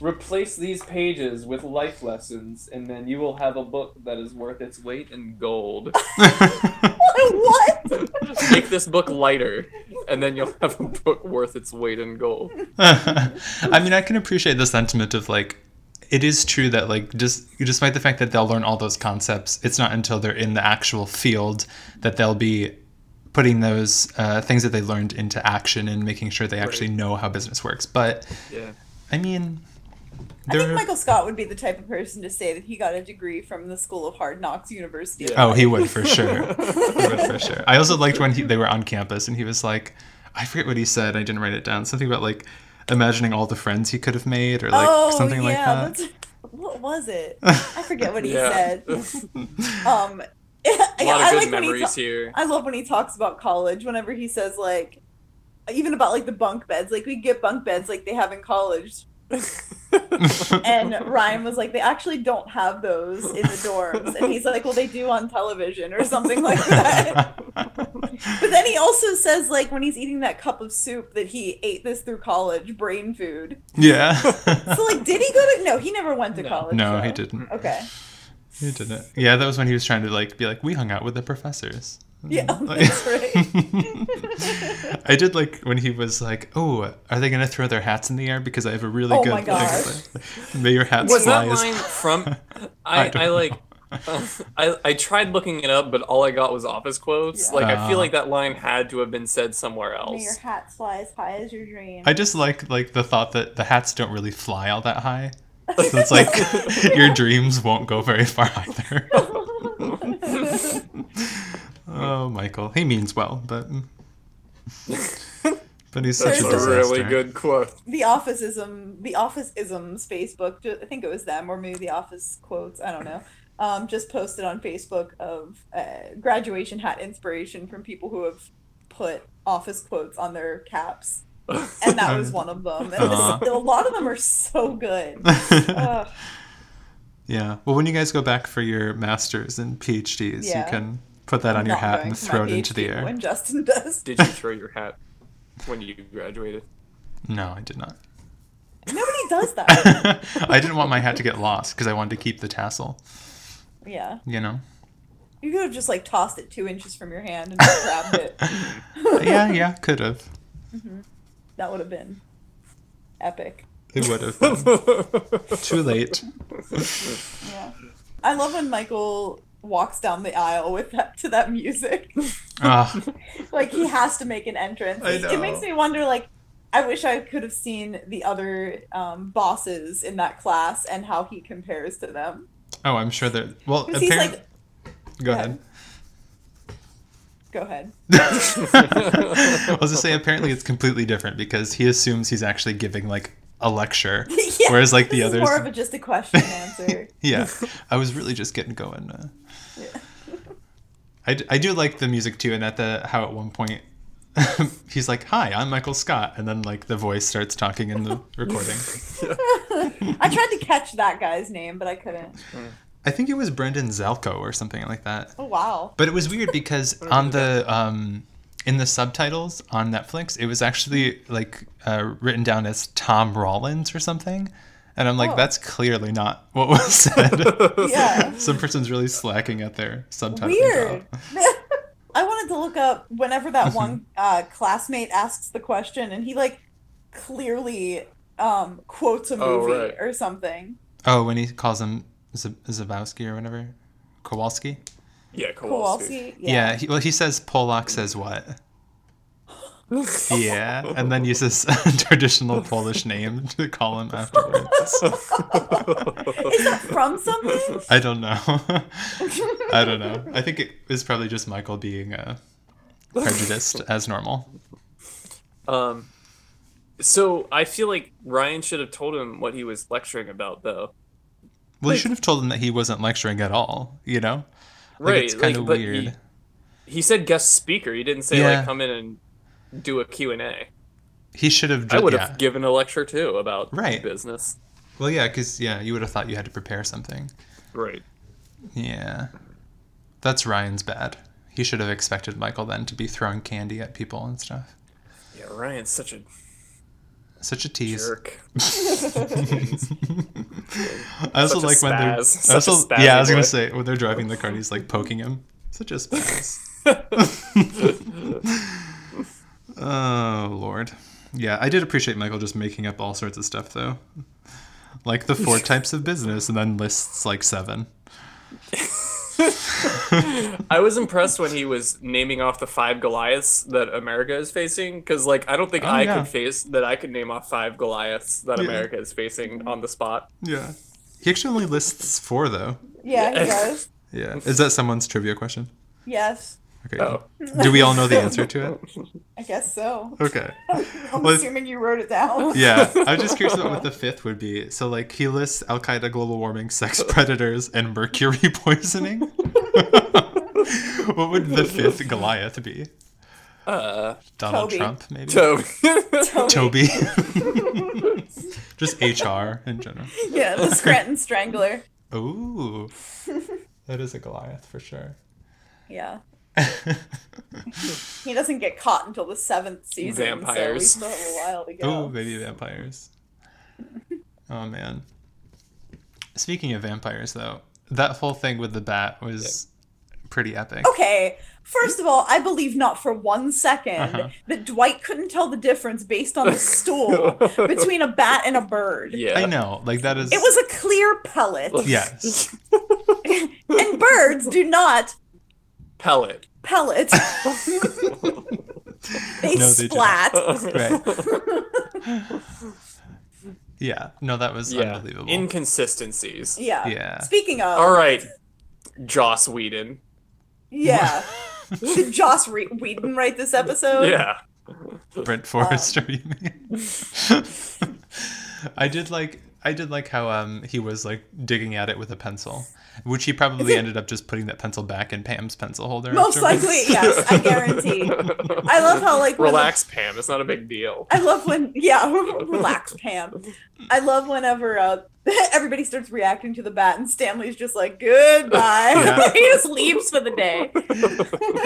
Speaker 2: replace these pages with life lessons, and then you will have a book that is worth its weight in *laughs* gold.
Speaker 1: *laughs* what?
Speaker 2: Make this book lighter, and then you'll have a book worth its weight in gold.
Speaker 3: *laughs* I mean, I can appreciate the sentiment of like, it is true that like just despite the fact that they'll learn all those concepts, it's not until they're in the actual field that they'll be putting those uh, things that they learned into action and making sure they actually know how business works. But
Speaker 2: Yeah.
Speaker 3: I mean,
Speaker 1: I think
Speaker 3: there-
Speaker 1: Michael Scott would be the type of person to say that he got a degree from the School of Hard Knocks University.
Speaker 2: Yeah.
Speaker 3: Oh, he would for
Speaker 2: *laughs*
Speaker 3: sure. he would for sure. I also liked when he, they were on campus and he was like, I forget what he said. I didn't write it down. Something about like imagining all the friends he could have made or like
Speaker 1: oh,
Speaker 3: something
Speaker 1: yeah.
Speaker 3: like that.
Speaker 1: that's- *laughs* what was it? I forget what he said.
Speaker 2: *laughs*
Speaker 1: *laughs*
Speaker 2: a lot
Speaker 1: Um,
Speaker 2: of
Speaker 1: yeah, I
Speaker 2: good
Speaker 1: like when he
Speaker 2: memories
Speaker 1: ta-
Speaker 2: here.
Speaker 1: I love when he talks about college. Whenever he says like, even about like the bunk beds, like we get bunk beds like they have in college. *laughs*
Speaker 2: *laughs*
Speaker 1: And Ryan was like, they actually don't have those in the dorms. And he's like, well, they do on television or something like
Speaker 3: *laughs*
Speaker 1: that. But then he also says, like, when he's eating that cup of soup, that he ate this through college, brain food.
Speaker 3: *laughs*
Speaker 1: *laughs*
Speaker 3: yeah.
Speaker 1: So, like, did he go to? No, he never went to
Speaker 2: No.
Speaker 1: college.
Speaker 3: no,
Speaker 1: though.
Speaker 3: he didn't.
Speaker 1: Okay.
Speaker 3: He didn't. Yeah, that was when he was trying to like be like, we hung out with the professors.
Speaker 1: Yeah,
Speaker 3: *laughs* Like-
Speaker 1: that's right.
Speaker 3: I did like when he was like, "Oh, are they gonna throw their hats in the air? Because I have a really
Speaker 1: Oh
Speaker 3: good
Speaker 1: my
Speaker 3: gosh. may your hat
Speaker 2: Was that
Speaker 3: fly."
Speaker 2: line from?
Speaker 3: *laughs* I
Speaker 2: I,
Speaker 3: don't
Speaker 2: I, like. um,
Speaker 3: know.
Speaker 2: I, I tried looking it up, but all I got was office quotes.
Speaker 1: Yeah.
Speaker 2: Like, I feel
Speaker 3: Ah.
Speaker 2: like that line had to have been said somewhere
Speaker 1: May your
Speaker 2: *laughs* else.
Speaker 1: hat fly as high as your dream. *laughs*
Speaker 3: I just like like the thought that the hats don't really fly all that high. So it's like *laughs* your dreams won't go very far either. oh, Michael, he means well, but but he's such
Speaker 2: That's
Speaker 1: There's
Speaker 3: a
Speaker 2: a
Speaker 3: disaster.
Speaker 2: really good quote.
Speaker 1: the officeism, the office isms Facebook. ju- I think it was them, or maybe the office quotes. I don't know. Um, just posted on Facebook of uh, graduation hat inspiration from people who have put office quotes on their caps, and that
Speaker 3: *laughs*
Speaker 1: was one of them. And
Speaker 3: Aw.
Speaker 1: this, *laughs* a lot of them are so
Speaker 3: *laughs*
Speaker 1: good. Ugh.
Speaker 3: yeah. Well, when you guys go back for your masters and PhDs,
Speaker 1: Yeah.
Speaker 3: you can put that on your
Speaker 1: Not
Speaker 3: hat
Speaker 1: going
Speaker 3: and
Speaker 1: for my
Speaker 3: throw it into the
Speaker 1: PhD
Speaker 3: air.
Speaker 1: When Justin does,
Speaker 2: *laughs* Did you throw your hat when you graduated?
Speaker 3: No, I did not.
Speaker 1: *laughs*
Speaker 3: *laughs*
Speaker 1: nobody does that.
Speaker 3: I didn't want my hat to get lost because I wanted to keep the tassel.
Speaker 1: yeah,
Speaker 3: You know.
Speaker 1: you could have just like tossed it two inches from your hand and just grabbed it.
Speaker 3: *laughs* Yeah, yeah, could have.
Speaker 1: *laughs* That would have been epic.
Speaker 3: It would have. been.
Speaker 1: *laughs*
Speaker 3: Too
Speaker 2: Too
Speaker 3: late.
Speaker 2: *laughs*
Speaker 1: Yeah. I love when Michael walks down the aisle with that to that music. *laughs*
Speaker 3: Ah,
Speaker 1: like he has to make an entrance.
Speaker 3: I
Speaker 1: It- It makes
Speaker 3: know.
Speaker 1: me wonder like I wish I could have seen the other um, bosses in that class and how he compares to them.
Speaker 3: oh, I'm sure there. Well,
Speaker 1: 'Cause he's
Speaker 3: apparently. Go
Speaker 1: Yeah. *laughs*
Speaker 3: ahead.
Speaker 1: Go *laughs* ahead.
Speaker 3: I was just say apparently it's completely different because he assumes he's actually giving like a lecture,
Speaker 1: *laughs* Yeah,
Speaker 3: whereas like
Speaker 1: this
Speaker 3: the
Speaker 1: is
Speaker 3: others.
Speaker 1: more
Speaker 3: *laughs*
Speaker 1: of a, just a question and answer.
Speaker 3: yeah, I was really just getting going. Uh,
Speaker 1: Yeah.
Speaker 3: I, d- I do like the music too, and at the how at one point *laughs* he's like, "Hi, I'm Michael Scott," and then like the voice starts talking in
Speaker 1: *laughs*
Speaker 3: the recording.
Speaker 1: I tried to catch that guy's name, but I couldn't.
Speaker 3: I think it was Brendan Zalko or something like that.
Speaker 1: Oh wow. *laughs*
Speaker 3: But it was weird because on the um, in the subtitles on Netflix, it was actually like uh, written down as Tom Rollins or something, and I'm like,
Speaker 1: Oh.
Speaker 3: that's clearly not what was said.
Speaker 1: *laughs* Yeah.
Speaker 3: *laughs* Some person's really slacking at their subtitles.
Speaker 1: Weird. I wanted to look up
Speaker 3: *laughs*
Speaker 1: whenever that one uh, classmate asks the question, and he like clearly um, quotes a movie
Speaker 2: Oh, right.
Speaker 1: or something.
Speaker 3: Oh, when he calls him Z- Zabowski or whatever, Kowalski.
Speaker 2: Yeah, Kowalski.
Speaker 1: Kowalski.
Speaker 3: Yeah. he, well, he says Polak says
Speaker 1: *laughs*
Speaker 3: what? yeah, and then uses *laughs* a traditional Polish name to
Speaker 1: *laughs*
Speaker 3: call him afterwards.
Speaker 1: Is that from
Speaker 3: *laughs*
Speaker 1: something?
Speaker 3: I don't know. I don't know. I think it was probably just Michael being uh,
Speaker 2: *laughs*
Speaker 3: prejudiced as normal.
Speaker 2: Um, so I feel like Ryan should have told him what he was lecturing about, though.
Speaker 3: Well, you should have told him that he wasn't lecturing at all. You know, Like,
Speaker 2: Right,
Speaker 3: it's kind of
Speaker 2: like, but
Speaker 3: weird.
Speaker 2: He, he said guest speaker. He didn't say
Speaker 3: Yeah.
Speaker 2: like come in and do a Q and A.
Speaker 3: He should have.
Speaker 2: I
Speaker 3: ju-
Speaker 2: would
Speaker 3: yeah.
Speaker 2: have given a lecture too about
Speaker 3: Right.
Speaker 2: business.
Speaker 3: Well, yeah, because yeah, you would have thought you had to prepare something.
Speaker 2: Right.
Speaker 3: Yeah, that's Ryan's bad. He should have expected Michael then to be throwing candy at people and stuff.
Speaker 2: Yeah, Ryan's such a
Speaker 3: Such a tease. *laughs*
Speaker 2: jerk. *laughs*
Speaker 3: I also
Speaker 2: Such a
Speaker 3: like when they're.
Speaker 2: spaz.
Speaker 3: I
Speaker 2: Such a
Speaker 3: also,
Speaker 2: spazzy
Speaker 3: yeah, I was gonna
Speaker 2: boy.
Speaker 3: say when they're driving the car, he's like poking
Speaker 2: *laughs*
Speaker 3: him. Such a spaz. oh lord. Yeah, I did appreciate Michael just making up all sorts of stuff though, like the four types of business, and then lists like seven.
Speaker 2: I was impressed when he was naming off the five Goliaths that America is facing, because like I don't think
Speaker 3: Oh,
Speaker 2: I
Speaker 3: yeah.
Speaker 2: could face that. I could name off five Goliaths that
Speaker 3: Yeah.
Speaker 2: America is facing on the spot.
Speaker 3: Yeah. He actually only lists four though.
Speaker 2: *laughs*
Speaker 1: Yeah,
Speaker 2: Oh,
Speaker 1: he does.
Speaker 3: Yeah. Is that someone's trivia question?
Speaker 1: Yes,
Speaker 3: Okay.
Speaker 2: Oh,
Speaker 3: Do we all know the answer to it?
Speaker 1: I guess so.
Speaker 3: Okay.
Speaker 1: I'm
Speaker 3: Well,
Speaker 1: assuming you wrote it down.
Speaker 3: Yeah. I'm just curious about what the fifth would be. So like he lists Al Qaeda global warming, sex predators, and mercury *laughs* poisoning. what would the fifth Goliath be?
Speaker 2: uh,
Speaker 3: Donald
Speaker 1: Toby.
Speaker 3: Trump, maybe?
Speaker 2: Toby. *laughs*
Speaker 3: Toby. just HR in general.
Speaker 1: *laughs* Yeah, the Scranton Strangler.
Speaker 3: Ooh. That is a Goliath for sure. *laughs*
Speaker 1: Yeah. He doesn't get caught until the seventh season.
Speaker 2: Vampires.
Speaker 1: So we still have a while to go.
Speaker 3: Oh, baby vampires. Oh man. Speaking of vampires though, that whole thing with the bat was pretty epic.
Speaker 1: Okay. First of all, I believe not for one second
Speaker 3: Uh-huh.
Speaker 1: that Dwight couldn't tell the difference based on the
Speaker 2: *laughs*
Speaker 1: stool between a bat and a bird.
Speaker 2: yeah.
Speaker 3: I know, like that is
Speaker 1: It was a clear pellet,
Speaker 3: *laughs*
Speaker 1: *laughs*
Speaker 3: Yes.
Speaker 1: and birds do not
Speaker 2: Pellet. *laughs*
Speaker 1: pellet. they
Speaker 3: No, they don't.
Speaker 1: splat.
Speaker 3: *laughs* Right. yeah. No, that was
Speaker 2: Yeah.
Speaker 3: unbelievable.
Speaker 2: Inconsistencies.
Speaker 1: Yeah.
Speaker 3: Yeah.
Speaker 1: Speaking of,
Speaker 2: All right, Joss Whedon. *laughs*
Speaker 1: yeah. Did Joss Re- Whedon write this episode?
Speaker 2: Yeah.
Speaker 1: *laughs*
Speaker 3: Brent Forrester, you mean? *laughs* I did like I did like how um he was like digging at it with a pencil. Which he probably ended up just putting that pencil back in Pam's pencil holder.
Speaker 1: Most
Speaker 3: afterwards.
Speaker 1: likely, yes. I guarantee. I love
Speaker 2: *laughs*
Speaker 1: how like when the-
Speaker 2: Relax, Pam. It's not a big deal.
Speaker 1: I love when yeah, *laughs* relax, Pam. I love whenever uh, *laughs* everybody starts reacting to the bat and Stanley's just like goodbye. *laughs*
Speaker 3: Yeah.
Speaker 1: he just leaves for the day.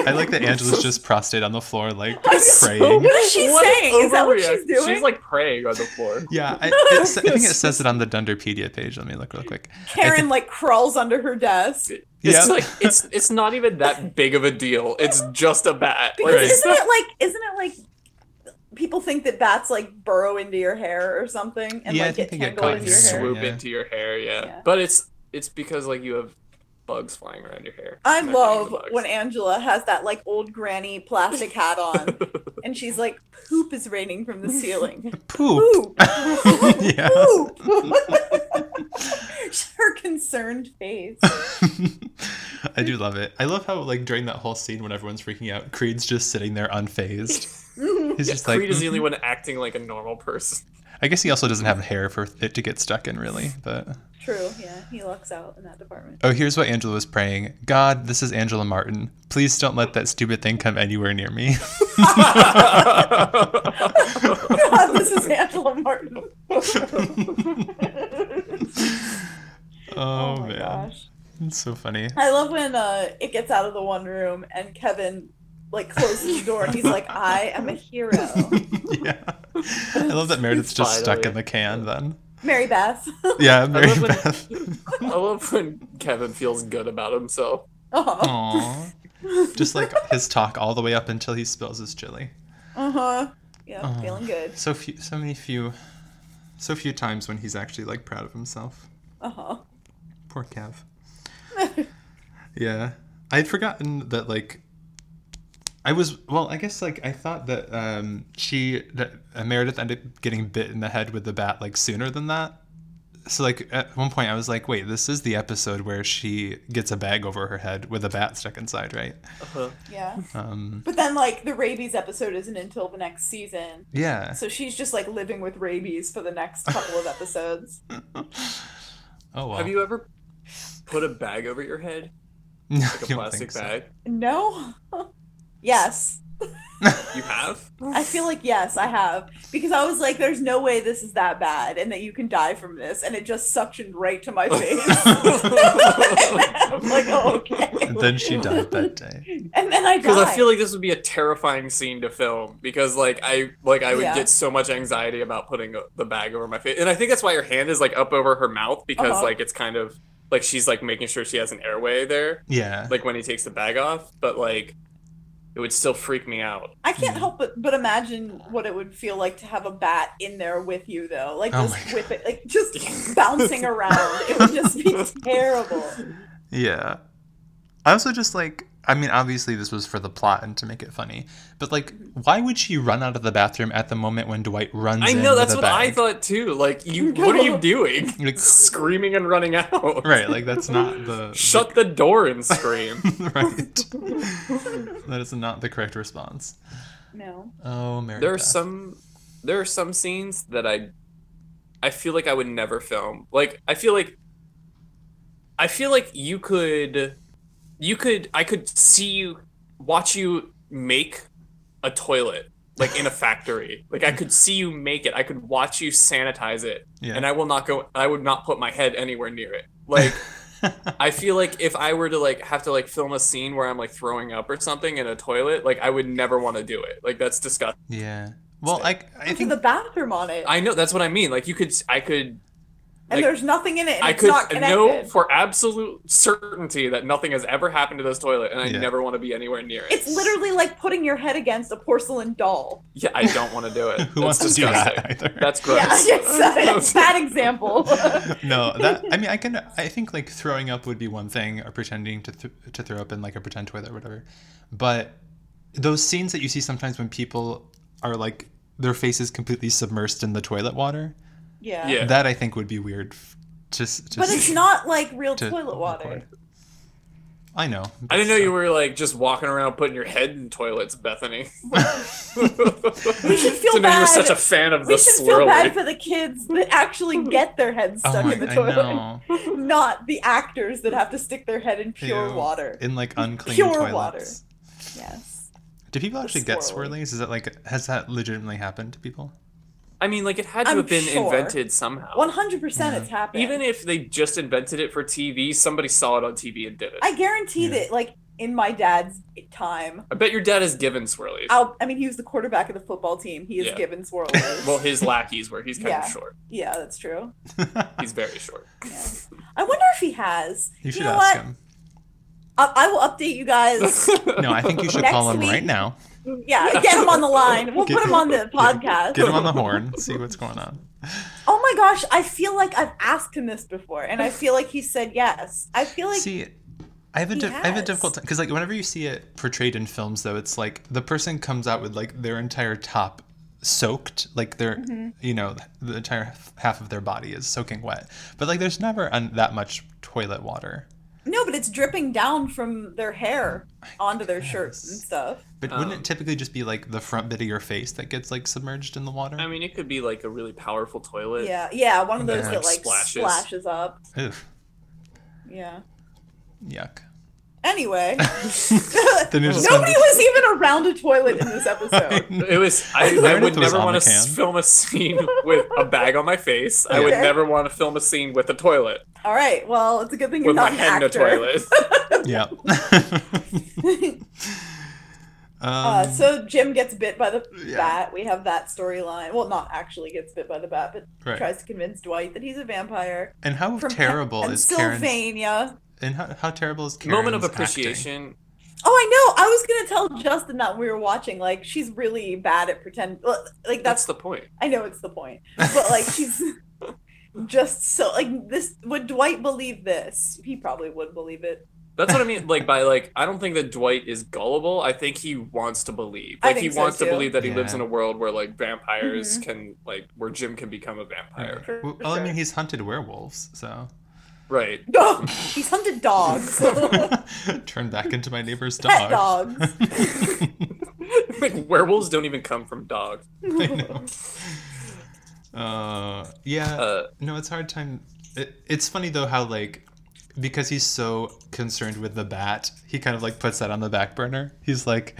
Speaker 3: I like
Speaker 1: *laughs*
Speaker 3: that Angela's just prostrate on the floor, like
Speaker 1: I'm so
Speaker 3: praying.
Speaker 1: What is she saying? Is that what she's
Speaker 2: Overreact-
Speaker 1: doing?
Speaker 2: She's like praying on the floor.
Speaker 3: Yeah,
Speaker 1: *laughs*
Speaker 3: I, it's, I think it says it on the Dunderpedia page. Let me look real quick.
Speaker 1: Karen like crawls under her desk.
Speaker 2: It's
Speaker 3: Yeah.
Speaker 2: like it's it's not even that big of a deal. It's just a bat. Like,
Speaker 1: Because
Speaker 3: Right.
Speaker 2: it's
Speaker 1: isn't
Speaker 2: not-
Speaker 1: it like isn't it like people think that bats like burrow into your hair or something and
Speaker 3: Yeah, I
Speaker 1: like get
Speaker 3: think they get
Speaker 1: tangled
Speaker 3: caught
Speaker 1: into
Speaker 3: in
Speaker 1: your
Speaker 3: your
Speaker 1: hair?
Speaker 3: swoop.
Speaker 2: swoop
Speaker 3: yeah.
Speaker 2: into your hair, yeah.
Speaker 1: Yeah.
Speaker 2: But it's it's because like you have bugs flying around your hair.
Speaker 1: I
Speaker 2: And think
Speaker 1: love
Speaker 2: the bugs.
Speaker 1: when Angela has that like old granny plastic hat on and she's like poop is raining from the ceiling.
Speaker 3: Poop.
Speaker 1: Poop.
Speaker 3: *laughs* yeah.
Speaker 1: Ooh. *laughs* her concerned *laughs* face.
Speaker 3: *laughs* I do love it. I love how like during that whole scene when everyone's freaking out, Creed's just sitting there
Speaker 2: *laughs*
Speaker 3: unfazed. He's just like,
Speaker 2: Creed is the
Speaker 3: "Mm."
Speaker 2: only one acting like a
Speaker 1: *laughs*
Speaker 2: normal person. *laughs*
Speaker 3: I guess he also doesn't have hair for it to get stuck in, really. But
Speaker 1: True. Yeah, he lucks out in that department. *laughs*
Speaker 3: oh, here's what Angela was praying: God, this is Angela Martin. Please don't let that stupid thing come anywhere near
Speaker 2: *laughs*
Speaker 3: me. *laughs*
Speaker 1: God, this is Angela Martin.
Speaker 3: *laughs* oh, man, it's so funny.
Speaker 1: I love when uh, it gets out of the one room and Kevin like closes the door and he's like, "I am a
Speaker 3: *laughs*
Speaker 1: hero."
Speaker 3: yeah, I love that Meredith's just stuck in
Speaker 2: Finally.
Speaker 3: the can. Then
Speaker 1: Mary Beth. *laughs*
Speaker 3: yeah, Mary
Speaker 2: love when-
Speaker 3: Beth.
Speaker 2: I love when Kevin feels good about himself.
Speaker 1: oh.
Speaker 3: Aww. Just like his talk all the way up until he spills his chili.
Speaker 1: Uh huh. Yeah,
Speaker 3: Oh.
Speaker 1: feeling good.
Speaker 3: So few, so many few, So few times when he's actually like proud of himself.
Speaker 1: Uh huh.
Speaker 3: Poor Kev. yeah. I had forgotten that like I was well, I guess like I thought that um she that uh, Meredith ended up getting bit in the head with the bat like sooner than that. So like at one point I was like, wait, this is the episode where she gets a bag over her head with a bat stuck inside, right?
Speaker 2: Uh-huh.
Speaker 1: Yeah.
Speaker 3: Um
Speaker 1: But then, like, the rabies episode isn't until the next season.
Speaker 3: yeah.
Speaker 1: So she's just, like, living with rabies for the next couple of episodes.
Speaker 3: Oh well. *laughs*
Speaker 2: Have you ever put a bag over your head,
Speaker 3: No, I
Speaker 2: like a
Speaker 3: don't
Speaker 2: plastic
Speaker 3: think so.
Speaker 2: bag?
Speaker 1: No? *laughs* yes.
Speaker 2: You have?
Speaker 1: I feel like, yes, I have. Because I was like, there's no way this is that bad and that you can die from this. And it just suctioned right to my face. *laughs* I'm like, oh, okay.
Speaker 3: And then she died that day.
Speaker 1: And then
Speaker 3: *laughs*
Speaker 1: I died.
Speaker 2: Because I feel like this would be a terrifying scene to film because like I like I would
Speaker 1: Yeah.
Speaker 2: get so much anxiety about putting the bag over my face, and I think that's why her hand is like up over her mouth because
Speaker 1: Uh-huh.
Speaker 2: like it's kind of like she's like making sure she has an airway there, *laughs*
Speaker 3: Yeah.
Speaker 2: like when he takes the bag off. But like, it would still freak me out.
Speaker 1: I can't help but, but imagine what it would feel like to have a bat in there with you though. Like
Speaker 3: Oh
Speaker 1: just
Speaker 3: my
Speaker 1: whip it like just bouncing around. It would just be
Speaker 3: *laughs*
Speaker 1: terrible.
Speaker 3: Yeah. I also just like I mean obviously this was for the plot and to make it funny, but like why would she run out of the bathroom at the moment when Dwight runs
Speaker 2: I
Speaker 3: in
Speaker 2: know
Speaker 3: with
Speaker 2: that's
Speaker 3: a
Speaker 2: what I
Speaker 3: bag?
Speaker 2: thought too.
Speaker 1: *laughs*
Speaker 2: Like, you, what are you
Speaker 1: No.
Speaker 2: doing?
Speaker 3: Like-
Speaker 2: Screaming and running out.
Speaker 3: Right, like that's not
Speaker 2: *laughs*
Speaker 3: the
Speaker 2: Shut the door and scream.
Speaker 3: *laughs* right. *laughs* that is not the correct response.
Speaker 1: No.
Speaker 3: Oh, Mary.
Speaker 2: there are
Speaker 3: Beth.
Speaker 2: some there are some scenes that i i feel like i would never film like i feel like i feel like you could you could i could see you watch you make a toilet like in a factory like i could see you make it i could watch you sanitize it
Speaker 3: Yeah.
Speaker 2: and i will not go i would not put my head anywhere near it like i feel like if i were to like have to like film a scene where i'm like throwing up or something in a toilet like i would never want to do it like that's disgusting
Speaker 3: *laughs* Yeah.
Speaker 2: *laughs*
Speaker 3: Well, I I
Speaker 1: It's
Speaker 3: think
Speaker 1: the bathroom on it.
Speaker 2: I know that's what I mean. Like you could, I could,
Speaker 1: and
Speaker 2: like,
Speaker 1: there's nothing in it and
Speaker 2: I
Speaker 1: it's
Speaker 2: could
Speaker 1: not connected.
Speaker 2: know for absolute certainty that nothing has ever happened to this toilet, and I
Speaker 3: Yeah.
Speaker 2: never want to be anywhere near it.
Speaker 1: it's literally like putting your head against a porcelain doll.
Speaker 2: yeah, I don't want to do
Speaker 3: *laughs*
Speaker 2: it.
Speaker 3: who wants
Speaker 2: That's
Speaker 3: to do
Speaker 2: disgusting.
Speaker 3: that either.
Speaker 2: That's gross.
Speaker 1: Yeah, it's, *laughs* it's
Speaker 2: *laughs*
Speaker 1: a bad example.
Speaker 3: *laughs* no, that I mean, I can. I think like throwing up would be one thing, or pretending to th- to throw up in like a pretend toilet or whatever. But those scenes that you see sometimes when people are like their faces completely submersed in the toilet water,
Speaker 1: yeah.
Speaker 2: Yeah.
Speaker 3: that I think would be weird. f- To, s- to
Speaker 1: But
Speaker 3: s-
Speaker 1: it's not like real
Speaker 3: to
Speaker 1: toilet water.
Speaker 3: record. I know.
Speaker 2: *laughs*
Speaker 3: *laughs*
Speaker 2: I didn't know you were like just walking around putting your head in toilets, Bethany. *laughs*
Speaker 3: Oh
Speaker 1: We should feel
Speaker 2: to know you're
Speaker 1: bad.
Speaker 2: such a fan of
Speaker 1: We
Speaker 2: the
Speaker 1: should feel bad
Speaker 2: swirly.
Speaker 1: for the kids that actually get their heads
Speaker 3: Oh
Speaker 1: stuck
Speaker 3: my-
Speaker 1: in the
Speaker 3: I
Speaker 1: toilet,
Speaker 3: know.
Speaker 1: *laughs* not the actors that have to stick their head in pure
Speaker 3: Ew.
Speaker 1: water. *laughs*
Speaker 3: in like unclean
Speaker 1: Pure
Speaker 3: toilets.
Speaker 1: water. Yes.
Speaker 3: Do people actually get
Speaker 1: swirly.
Speaker 3: swirlies? Is that like has that legitimately happened to people? *laughs*
Speaker 2: I mean, like it had to
Speaker 1: I'm
Speaker 2: have been
Speaker 1: sure.
Speaker 2: invented somehow.
Speaker 1: One hundred percent,
Speaker 3: Yeah.
Speaker 1: it's happened.
Speaker 2: Even if they just invented it for TV, somebody saw it on TV and did it.
Speaker 1: I guarantee
Speaker 3: Yeah.
Speaker 1: that, like in my dad's time,
Speaker 2: I bet your dad is given swirlies.
Speaker 1: I'll, I mean, he was the quarterback of the football team. He is
Speaker 2: Yeah.
Speaker 1: given swirlies.
Speaker 2: Well, his lackeys were. He's kind
Speaker 1: Yeah.
Speaker 2: of short.
Speaker 1: *laughs* yeah, that's true.
Speaker 2: He's very short.
Speaker 1: *laughs* Yeah. I wonder if he has.
Speaker 3: you should
Speaker 1: know
Speaker 3: ask
Speaker 1: what?
Speaker 3: him.
Speaker 1: I, I will update you
Speaker 3: *laughs*
Speaker 1: guys.
Speaker 3: No, I think you should
Speaker 1: Next
Speaker 3: call him
Speaker 1: week.
Speaker 3: right now.
Speaker 1: Yeah, get him on the line. We'll
Speaker 3: Get-
Speaker 1: put him on
Speaker 3: *laughs*
Speaker 1: the podcast.
Speaker 3: Get him on the horn. See what's going on.
Speaker 1: Oh my gosh, I feel like I've asked him this before,
Speaker 3: *laughs*
Speaker 1: and I feel like he said yes. I feel like
Speaker 3: see, I have a
Speaker 1: he
Speaker 3: di- I have a
Speaker 1: has.
Speaker 3: difficult time because like whenever you see it portrayed in films, though, it's like the person comes out with like their entire top soaked, like their
Speaker 1: Mm-hmm.
Speaker 3: you know the entire h- half of their body is soaking wet. But like there's never un- that much toilet water.
Speaker 1: no, but it's dripping down from their hair onto their shirts and
Speaker 3: guess.
Speaker 1: stuff.
Speaker 3: But
Speaker 2: Um.
Speaker 3: wouldn't
Speaker 1: Oh.
Speaker 3: it typically just be like the front bit of your face that gets like submerged in the water?
Speaker 2: I mean, it could be like a really powerful toilet.
Speaker 1: Yeah, yeah, one of
Speaker 3: Yeah.
Speaker 1: those that
Speaker 2: Like
Speaker 1: like
Speaker 2: splashes.
Speaker 1: splashes up.
Speaker 3: Oof,
Speaker 1: Yeah.
Speaker 3: yuck.
Speaker 1: Anyway,
Speaker 3: *laughs* Then you're just gonna
Speaker 1: nobody was even around a toilet in this
Speaker 3: *laughs*
Speaker 1: episode.
Speaker 2: It was. I, I
Speaker 3: Meredith
Speaker 2: would
Speaker 3: was
Speaker 2: never
Speaker 3: on
Speaker 2: want
Speaker 3: the
Speaker 2: to
Speaker 3: can.
Speaker 2: film a scene with a bag on my face. I would
Speaker 1: Okay.
Speaker 2: never want to film a scene with a toilet
Speaker 1: All right, well, it's a good thing you're
Speaker 2: with my
Speaker 1: not an
Speaker 2: head in
Speaker 1: *laughs*
Speaker 2: a
Speaker 1: actor.
Speaker 2: toilet.
Speaker 3: yeah. *laughs*
Speaker 1: *laughs*
Speaker 3: um,
Speaker 1: Uh, so Jim gets bit by the
Speaker 3: Yeah.
Speaker 1: bat. We have that storyline. Well, not actually gets bit by the bat, but
Speaker 3: right.
Speaker 1: tries to convince Dwight that he's a vampire.
Speaker 3: and how
Speaker 1: from
Speaker 3: terrible
Speaker 1: and
Speaker 3: is Karen?
Speaker 1: Sylvania.
Speaker 3: And how, how terrible is Karen's
Speaker 2: Moment of
Speaker 3: acting?
Speaker 2: appreciation.
Speaker 1: Oh, I know. I was gonna tell Justin that when we were watching. Like, she's really bad at pretend. well, Like, that's
Speaker 2: That's the point.
Speaker 1: I know it's the point, but
Speaker 3: *laughs*
Speaker 1: like she's just so like this. Would Dwight believe this? He probably would believe it. *laughs*
Speaker 2: That's what I mean. Like by like, I don't think that Dwight is gullible. I think he wants to believe.
Speaker 1: I
Speaker 2: Like he
Speaker 1: think so,
Speaker 2: wants to
Speaker 1: too. Mm-hmm.
Speaker 2: believe that he lives
Speaker 3: Yeah.
Speaker 2: in a world where like vampires can like where Jim can become a vampire.
Speaker 1: For
Speaker 3: Well, I
Speaker 1: sure.
Speaker 3: mean, he's hunted werewolves,
Speaker 1: *laughs*
Speaker 3: so *laughs*
Speaker 2: Right. *laughs*
Speaker 1: Dog. He's Oh, hunted dogs. Pet
Speaker 3: turned back into my neighbor's dog. *laughs*
Speaker 1: dogs.
Speaker 2: like werewolves don't even come from dogs.
Speaker 3: I know. *laughs* Uh, yeah.
Speaker 2: Uh,
Speaker 3: no, it's a hard time. It, it's funny though how like because he's so concerned with the bat, he kind of like puts that on the back burner. He's like,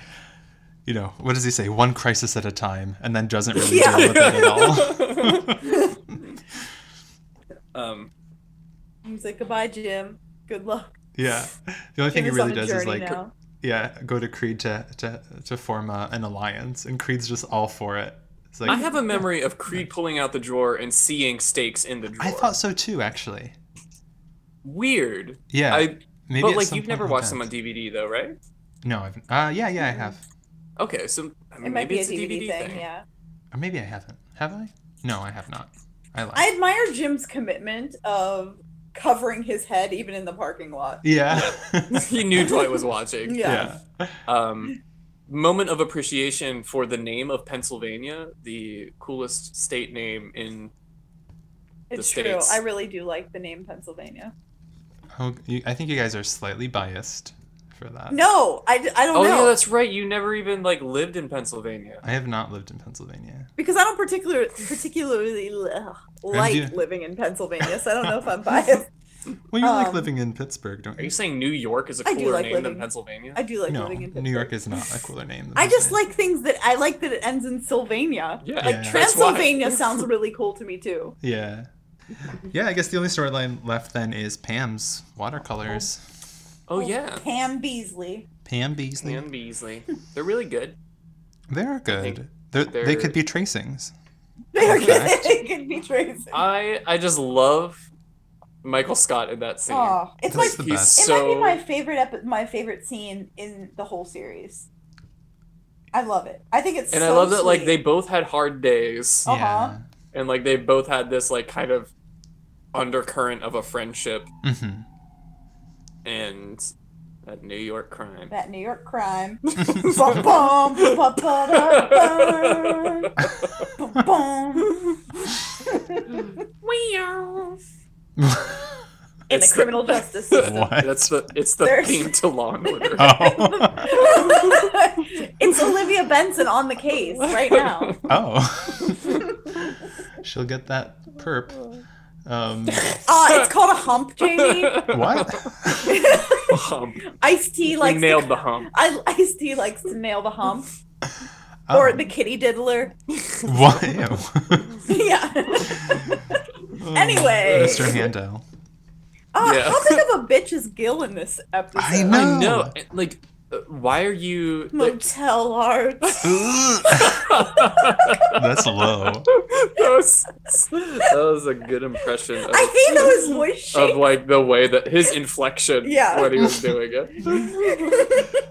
Speaker 3: you know, what does he say? One crisis at a time, and then doesn't really
Speaker 1: Yeah.
Speaker 3: deal with it at
Speaker 1: *laughs*
Speaker 3: all.
Speaker 2: um,
Speaker 1: *laughs* He's like, goodbye, Jim. Good luck.
Speaker 3: yeah. The only thing he
Speaker 1: Jim is on
Speaker 3: really
Speaker 1: a
Speaker 3: does is
Speaker 1: journey
Speaker 3: like,
Speaker 1: now.
Speaker 3: yeah, go to Creed to to to form a, an alliance, and Creed's just all for it. It's like
Speaker 2: I have a memory of Creed pulling out the drawer and seeing stakes in the drawer.
Speaker 3: I thought so too, actually.
Speaker 2: weird.
Speaker 3: Yeah.
Speaker 2: I.
Speaker 3: Maybe
Speaker 2: but
Speaker 3: at
Speaker 2: like
Speaker 3: some
Speaker 2: you've
Speaker 3: point
Speaker 2: never
Speaker 3: we'll
Speaker 2: watched
Speaker 3: get-
Speaker 2: them on DVD though, right?
Speaker 3: No, I've uh yeah, yeah, I have.
Speaker 2: Okay, so I mean,
Speaker 1: It might
Speaker 2: maybe
Speaker 1: be a
Speaker 2: it's
Speaker 1: DVD, thing, yeah.
Speaker 3: Or Uh, maybe I haven't. Have I? No, I have not. I lied.
Speaker 1: I admire Jim's commitment of covering his head even in the parking lot. *laughs*
Speaker 3: *laughs* Yeah.
Speaker 2: *laughs* he knew Dwight was watching.
Speaker 1: Yeah.
Speaker 2: um, moment of appreciation for the name of Pennsylvania, the coolest state name in.
Speaker 1: It's
Speaker 2: The
Speaker 1: true.
Speaker 2: States.
Speaker 1: I really do like the name Pennsylvania.
Speaker 3: Oh, you, I think you guys are slightly biased for that.
Speaker 1: No, I, I don't
Speaker 2: Oh
Speaker 1: know.
Speaker 2: yeah, that's right. You never even like lived in Pennsylvania.
Speaker 3: I have not lived in Pennsylvania.
Speaker 1: because I don't particular, particularly ugh, like
Speaker 3: you-
Speaker 1: living in Pennsylvania, so I don't know if
Speaker 3: *laughs*
Speaker 1: I'm biased.
Speaker 3: Well, you like
Speaker 1: Um,
Speaker 3: living in Pittsburgh, don't
Speaker 2: Are
Speaker 3: you?
Speaker 2: you saying New York is a
Speaker 1: I do
Speaker 2: cooler
Speaker 1: like
Speaker 2: name than
Speaker 1: living-
Speaker 2: Pennsylvania?
Speaker 1: I do like
Speaker 3: no,
Speaker 1: living in
Speaker 3: New York
Speaker 1: Pittsburgh.
Speaker 3: is not a cooler name. than
Speaker 1: I just
Speaker 3: Pennsylvania.
Speaker 1: like things that I like that it ends in Sylvania. like
Speaker 2: Yeah,
Speaker 3: Yeah.
Speaker 2: that's why.
Speaker 1: Transylvania sounds really cool to me too.
Speaker 3: Yeah. Yeah, I guess the only storyline left then is Pam's watercolors.
Speaker 2: Oh yeah, Oh,
Speaker 1: Pam Beasley.
Speaker 3: Pam Beasley.
Speaker 2: Anne Beasley. They're really good.
Speaker 3: They're good.
Speaker 2: think
Speaker 3: They're, They
Speaker 2: they're-
Speaker 3: could be tracings.
Speaker 1: *laughs* They are good.
Speaker 3: fact.
Speaker 1: They could be traced.
Speaker 2: I I just love Michael Scott in that scene.
Speaker 1: Aw, it's like
Speaker 3: That's the
Speaker 2: He's
Speaker 3: best.
Speaker 1: it
Speaker 2: so
Speaker 1: might be my favorite epi- my favorite scene in the whole series. I love it. I think it's
Speaker 2: and
Speaker 1: so
Speaker 2: I love that like they
Speaker 1: sweet.
Speaker 2: both had hard days
Speaker 1: Uh-huh.
Speaker 2: and like they both had this like kind of undercurrent of a friendship
Speaker 3: Yeah. hmm
Speaker 2: and a New York crime.
Speaker 1: *laughs* that New York crime. Bum, bum, ba, ba, da, bum. Bum, bum. In the
Speaker 2: It's the-
Speaker 1: criminal justice
Speaker 3: *laughs*
Speaker 1: system.
Speaker 3: What?
Speaker 2: That's the it's the
Speaker 1: There's-
Speaker 2: theme to Law and Order.
Speaker 3: *laughs* oh.
Speaker 1: it's Olivia Benson on the case *laughs* right now.
Speaker 3: *laughs* Oh. She'll get that perp.
Speaker 2: *laughs*
Speaker 3: Um,
Speaker 1: Uh, it's called a hump, Jamie.
Speaker 3: what?
Speaker 2: Hump.
Speaker 1: Ice T
Speaker 2: We
Speaker 1: likes
Speaker 2: nailed
Speaker 1: to,
Speaker 2: the hump.
Speaker 1: I Ice T likes to nail the hump *laughs* or
Speaker 3: Oh.
Speaker 1: the kitty diddler.
Speaker 3: *laughs* What? Ew.
Speaker 1: *laughs*
Speaker 2: *laughs*
Speaker 1: yeah. *laughs* anyway,
Speaker 3: Mr.
Speaker 2: *laughs*
Speaker 3: Handel. *laughs*
Speaker 1: Uh,
Speaker 2: Yeah.
Speaker 1: how big of a bitch is Gil in this episode?
Speaker 3: I know.
Speaker 2: I know. and, Like, uh, why are you? Like,
Speaker 1: Motel arts.
Speaker 3: That's low.
Speaker 2: *laughs* that, was, that was a good impression of,
Speaker 1: I hate that his voice
Speaker 2: *laughs* of
Speaker 1: shake.
Speaker 2: like the way that his inflection
Speaker 1: Yeah.
Speaker 2: when he was doing it.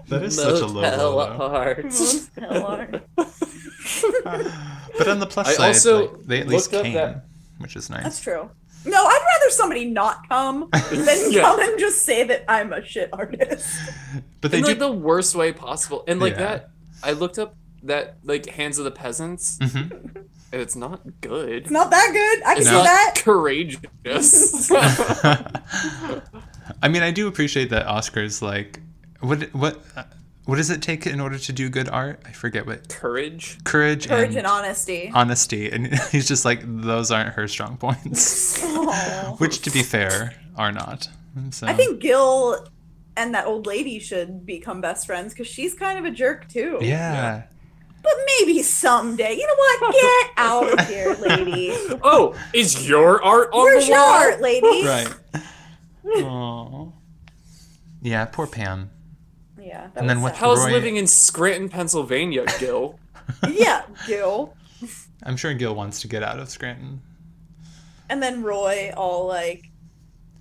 Speaker 3: That is such a low.
Speaker 2: Motel
Speaker 3: low,
Speaker 1: *laughs*
Speaker 2: Hearts.
Speaker 1: Motel arts.
Speaker 3: low. But on the plus
Speaker 2: I
Speaker 3: side,
Speaker 2: also
Speaker 3: like, they at least
Speaker 2: looked up
Speaker 3: came,
Speaker 2: that-
Speaker 3: which is
Speaker 1: That's
Speaker 3: nice.
Speaker 1: true. No, I'd rather somebody not come than
Speaker 2: *laughs* Yeah.
Speaker 1: come and just say that I'm a shit artist.
Speaker 3: But they
Speaker 2: in
Speaker 3: do. *laughs*
Speaker 2: like the worst way possible, and like
Speaker 3: Yeah.
Speaker 2: that. I looked up that like Hands of the Peasants,
Speaker 3: Mhm.
Speaker 2: and it's not good.
Speaker 1: It's not that good. I can
Speaker 2: It's
Speaker 1: see
Speaker 3: No.
Speaker 1: that. *laughs*
Speaker 2: courageous.
Speaker 3: *laughs* I mean, I do appreciate that Oscars like what what uh, what does it take in order to do good art? I forget what
Speaker 2: Courage.
Speaker 3: courage,
Speaker 1: Courage
Speaker 3: and
Speaker 1: and
Speaker 3: Uh,
Speaker 1: honesty.
Speaker 3: honesty, and *laughs* he's just like those aren't her strong
Speaker 1: *laughs*
Speaker 3: points,
Speaker 1: Aw.
Speaker 3: which to be fair are not. So.
Speaker 1: I think Gil and that old lady should become best friends because she's kind of a jerk too.
Speaker 3: Yeah.
Speaker 1: But maybe someday. You know
Speaker 2: *laughs*
Speaker 1: what? Get out of here, lady.
Speaker 2: Oh, is your art *laughs* on
Speaker 1: Where's
Speaker 2: the
Speaker 1: your
Speaker 2: wall?
Speaker 1: art, lady?
Speaker 3: Right. Aww. Yeah, poor Pam.
Speaker 1: Yeah. that
Speaker 3: And then
Speaker 1: was
Speaker 3: what-
Speaker 1: sad.
Speaker 2: How's
Speaker 3: Roy-
Speaker 2: living in Scranton, Pennsylvania, Gil?
Speaker 1: Yeah, Gil.
Speaker 3: I'm sure Gil wants to get out of Scranton.
Speaker 1: And then Roy, all like,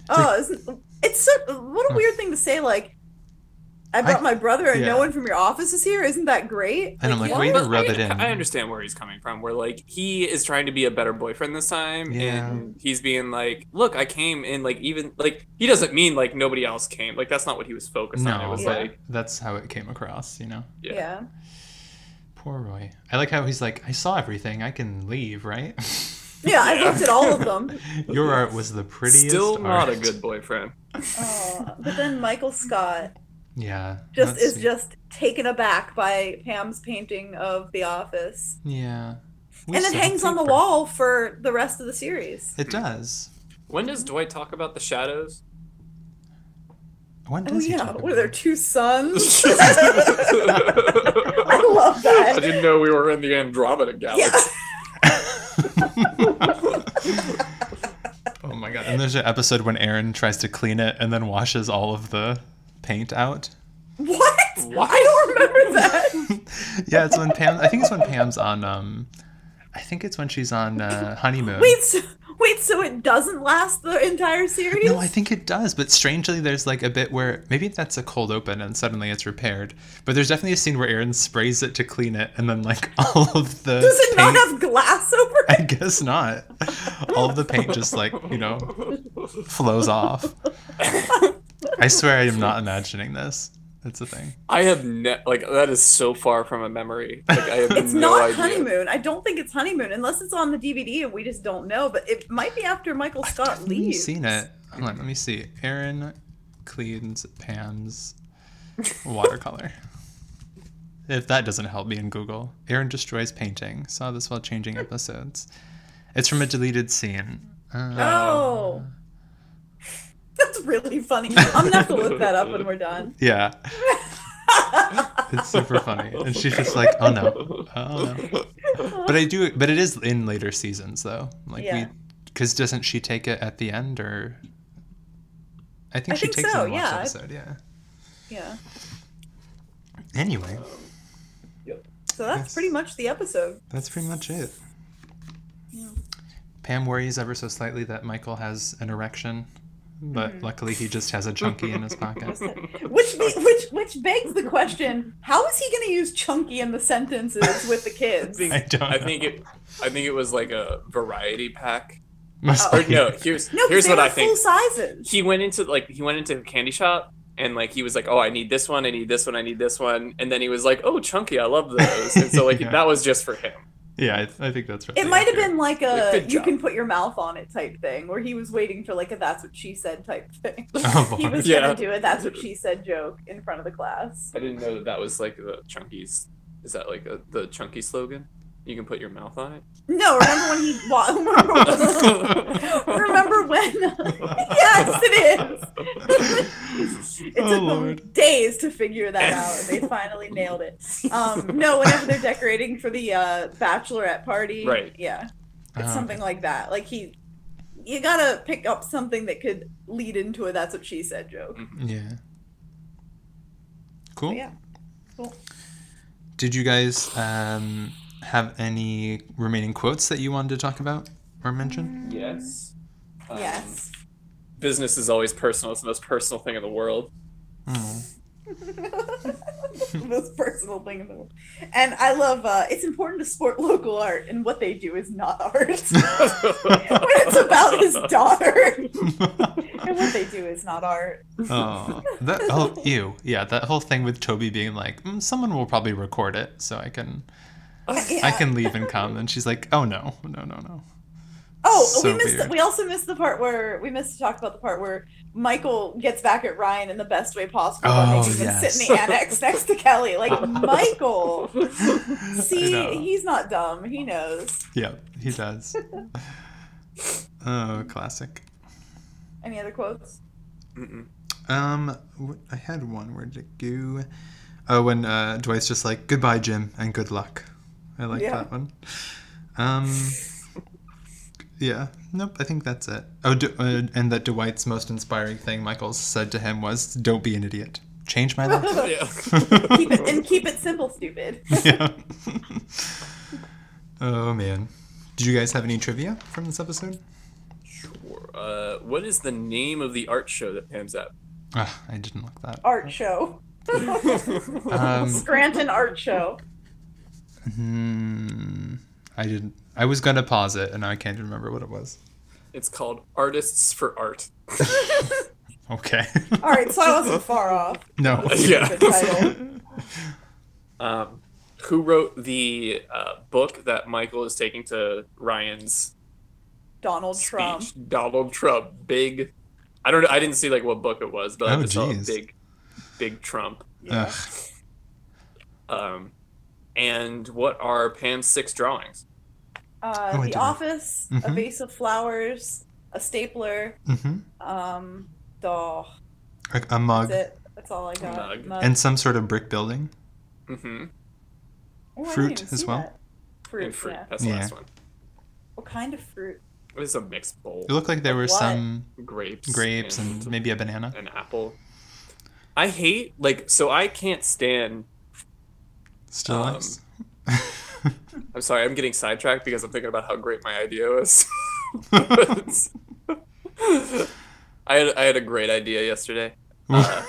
Speaker 1: oh, isn't, it's so, what a weird thing to say. Like, I brought my brother and
Speaker 3: Oh. yeah.
Speaker 1: no one from your office is here. Isn't that great?
Speaker 3: And *laughs* I'm like,
Speaker 1: yeah.
Speaker 3: way to
Speaker 2: Well,
Speaker 3: rub
Speaker 2: I,
Speaker 3: it in.
Speaker 2: I understand where he's coming from. Where like he is trying to be a better boyfriend this time,
Speaker 3: Yeah.
Speaker 2: and he's being like, "Look, I came and like even like he doesn't mean like nobody else came. Like that's not what he was focused on. It
Speaker 3: No,
Speaker 2: was
Speaker 1: Yeah.
Speaker 2: like,
Speaker 3: that's how it came across, you know?
Speaker 2: yeah.
Speaker 1: yeah.
Speaker 3: Poor Roy. I like how he's like, I saw everything. I can
Speaker 1: *laughs*
Speaker 3: leave, right?
Speaker 1: Yeah, I looked at all
Speaker 3: *laughs*
Speaker 1: of
Speaker 2: *laughs*
Speaker 1: them.
Speaker 3: Your art was the prettiest.
Speaker 2: still not a
Speaker 3: art.
Speaker 2: good boyfriend.
Speaker 1: Aw, Oh, but then Michael Scott
Speaker 3: Yeah.
Speaker 1: just
Speaker 3: that's
Speaker 1: is
Speaker 3: sweet.
Speaker 1: just taken aback by Pam's painting of the office.
Speaker 3: Yeah. We
Speaker 1: and it
Speaker 3: still
Speaker 1: hangs on the
Speaker 3: paper.
Speaker 1: wall for the rest of the series.
Speaker 3: It does.
Speaker 2: When does Dwight talk about the shadows? *laughs*
Speaker 3: When does
Speaker 1: Oh
Speaker 3: he
Speaker 1: yeah,
Speaker 3: talk
Speaker 1: what are
Speaker 3: about
Speaker 1: there
Speaker 3: it?
Speaker 1: two
Speaker 3: *laughs*
Speaker 1: sons? I
Speaker 2: I
Speaker 1: love that.
Speaker 2: didn't know we were in the Andromeda galaxy.
Speaker 1: Yeah.
Speaker 3: Oh my god. And there's an episode when Aaron tries to clean it and then washes all of the paint out.
Speaker 1: What?
Speaker 2: What?
Speaker 1: I don't remember that.
Speaker 3: yeah, it's when Pam. I think it's when Pam's on. Um, I think it's when she's on uh, honeymoon.
Speaker 1: Wait, so, wait, so it doesn't last the entire series?
Speaker 3: No, I think it does. But strangely, there's like a bit where maybe that's a cold open and suddenly it's repaired. But there's definitely a scene where Aaron sprays it to clean it, and then like *laughs* all of the
Speaker 1: Does it
Speaker 3: paint.
Speaker 1: not have glass over it?
Speaker 3: *laughs* I guess not. All of the paint just like you know
Speaker 1: *laughs*
Speaker 3: flows off. I swear I am not imagining this. It's a thing.
Speaker 2: I have ne- like that is so far from a memory. Like I
Speaker 1: *laughs*
Speaker 2: have
Speaker 1: It's
Speaker 2: no
Speaker 1: not
Speaker 2: idea.
Speaker 1: honeymoon. I don't think it's honeymoon unless it's on the DVD and we just don't know. But it might be after Michael Scott
Speaker 3: Have you
Speaker 1: leaves.
Speaker 3: seen it? Hold
Speaker 1: *laughs*
Speaker 3: on, let me see. Aaron cleans Pam's watercolor. if that doesn't help me in Google, Aaron destroys painting. Saw this while changing episodes. It's from a deleted scene. Uh,
Speaker 1: Oh. That's really funny. I'm gonna have to look that up when we're done. *laughs*
Speaker 3: yeah. it's super funny, and she's just like, "Oh no, oh no."
Speaker 1: *laughs*
Speaker 3: But I do. But it is in later seasons, though. Like
Speaker 1: Yeah.
Speaker 3: we, because doesn't she take it at the end, or? I think
Speaker 1: I
Speaker 3: she
Speaker 1: think
Speaker 3: takes
Speaker 1: so,
Speaker 3: it in the last
Speaker 1: yeah.
Speaker 3: episode. Yeah.
Speaker 1: Yeah.
Speaker 3: Anyway.
Speaker 1: So that's pretty much the episode.
Speaker 3: That's pretty much it. Pam worries ever so slightly that Michael has an erection, but
Speaker 1: Mm-hmm.
Speaker 3: luckily he just has a chunky in his pocket.
Speaker 1: *laughs*
Speaker 3: *laughs*
Speaker 1: Which be- which which begs the question: How is he going to use chunky in the sentences with the kids?
Speaker 2: I
Speaker 3: I don't.
Speaker 2: *laughs* I
Speaker 3: know.
Speaker 2: think it. I think it was like a variety pack.
Speaker 3: Must
Speaker 2: Or
Speaker 3: be-
Speaker 2: no, here's
Speaker 1: Oh, No, 'cause
Speaker 2: here's
Speaker 1: they
Speaker 2: what
Speaker 1: were
Speaker 2: I think.
Speaker 1: Full sizes.
Speaker 2: He went into like he went into a candy shop and like he was like, oh, I need this one, I need this one, I need this one, and then he was like, oh, chunky, I love those, and so like
Speaker 3: Yeah.
Speaker 2: that was just for him.
Speaker 3: Yeah, I, I think that's right.
Speaker 1: It might have been like
Speaker 2: Like,
Speaker 1: a
Speaker 2: good
Speaker 1: you
Speaker 2: job.
Speaker 1: can put your mouth on it type thing, where he was waiting for like a that's what she said type thing.
Speaker 3: *laughs* Oh,
Speaker 1: *laughs* he was
Speaker 2: Yeah.
Speaker 1: gonna do a that's what she said joke in front of the class.
Speaker 2: I didn't know that that was like the chunkies. Is that like a, the chunky slogan? You can put your mouth on it.
Speaker 1: No, remember when he wa- *laughs* remember
Speaker 2: *laughs*
Speaker 1: when, remember when *laughs* Yes it is. It took
Speaker 3: Oh,
Speaker 1: them
Speaker 3: Lord.
Speaker 1: days to figure that out and
Speaker 2: *laughs*
Speaker 1: they finally nailed it. *laughs* Um, no, whenever they're decorating for the uh, bachelorette party.
Speaker 2: Right.
Speaker 1: Yeah. *laughs* It's
Speaker 3: Oh,
Speaker 1: something like that. Like he you gotta pick up something that could lead into a that's what she said joke.
Speaker 3: Um, Yeah. Cool. Oh.
Speaker 1: But yeah. Cool.
Speaker 3: Did you guys um, have any remaining quotes that you wanted to talk about or mention?
Speaker 2: Yes. Um,
Speaker 1: Yes. *laughs*
Speaker 2: Business is always personal. It's the most personal thing in the
Speaker 1: *laughs*
Speaker 2: world.
Speaker 3: Oh.
Speaker 1: Mm. most personal thing in the world. And I love uh, it's important to support local art, and what they do is not art. when
Speaker 3: *laughs*
Speaker 1: it's about his daughter, *laughs*
Speaker 3: *laughs*
Speaker 1: and what they do is not
Speaker 2: *laughs*
Speaker 1: art.
Speaker 3: oh, that oh ew yeah that whole thing with Toby being like mm, someone will probably record it so I can
Speaker 1: Yeah.
Speaker 3: I can leave and come and she's like oh no no no no
Speaker 1: Oh,
Speaker 3: so
Speaker 1: we missed.
Speaker 3: weird.
Speaker 1: We also missed the part where we missed to talk about the part where Michael gets back at Ryan in the best way possible by
Speaker 3: Oh,
Speaker 1: making him
Speaker 3: yes.
Speaker 1: sit in the annex
Speaker 3: *laughs*
Speaker 1: next to Kelly. Like Michael, see,
Speaker 3: know.
Speaker 1: he's not dumb. He knows.
Speaker 3: yeah he does oh classic
Speaker 1: Any other quotes?
Speaker 2: Mm-mm.
Speaker 3: um wh- I had one where did it go oh when uh, Dwight's just like goodbye Jim and good luck I like
Speaker 1: Yeah.
Speaker 3: that one um yeah nope I think that's it oh D- uh, and that Dwight's most inspiring thing Michael said to him was don't be an idiot change my life. *laughs*
Speaker 1: *laughs*
Speaker 2: Yeah.
Speaker 1: Keep it and keep it simple, stupid.
Speaker 3: yeah. *laughs* oh man. Did you guys have any trivia from this episode?
Speaker 2: Sure.
Speaker 1: *laughs*
Speaker 2: Uh, what is the name of the art show that Pam's at?
Speaker 3: Ah, I didn't look that.
Speaker 1: Art show.
Speaker 3: *laughs* Um,
Speaker 1: Scranton Art Show.
Speaker 3: hmm, I didn't. I was gonna pause it, and now I can't remember what it was.
Speaker 2: It's called Artists for
Speaker 1: *laughs*
Speaker 2: Art. *laughs*
Speaker 3: Okay. *laughs*
Speaker 1: All right, so I wasn't far off.
Speaker 2: *laughs*
Speaker 3: no.
Speaker 2: yeah.
Speaker 1: The title.
Speaker 2: Um, who wrote the uh, book that Michael is taking to Ryan's
Speaker 1: Donald Trump.
Speaker 2: speech? Donald Trump, big. I don't know. I didn't see like what book it was, but
Speaker 3: Oh,
Speaker 2: I just saw
Speaker 3: geez.
Speaker 2: big, big Trump.
Speaker 3: Ugh.
Speaker 2: Um, and what are Pam's six drawings?
Speaker 1: Uh,
Speaker 3: Oh, I
Speaker 1: the
Speaker 3: didn't.
Speaker 1: Office, a
Speaker 3: Mhm.
Speaker 1: vase of flowers, a stapler,
Speaker 3: hmm
Speaker 1: um, the
Speaker 3: A, a mug
Speaker 1: that's it. That's all I got.
Speaker 2: Mug.
Speaker 3: and some sort of brick building.
Speaker 1: Oh,
Speaker 2: Mm-hmm.
Speaker 1: I didn't
Speaker 3: fruit
Speaker 1: even
Speaker 3: as
Speaker 1: see
Speaker 3: well?
Speaker 1: that. Fruit,
Speaker 2: And fruit.
Speaker 1: yeah.
Speaker 2: That's the
Speaker 3: Yeah.
Speaker 2: last one.
Speaker 1: What kind of fruit?
Speaker 2: It was a mixed bowl.
Speaker 3: It looked like there were
Speaker 1: What?
Speaker 3: some
Speaker 2: Grapes.
Speaker 3: grapes and maybe a banana.
Speaker 2: an apple. I hate like so. I can't stand.
Speaker 3: Still
Speaker 2: Um,
Speaker 3: ice.
Speaker 2: I'm sorry. I'm getting sidetracked because I'm thinking about how great my idea
Speaker 3: *laughs*
Speaker 2: was. *laughs* I had I had a great idea yesterday. *laughs* uh,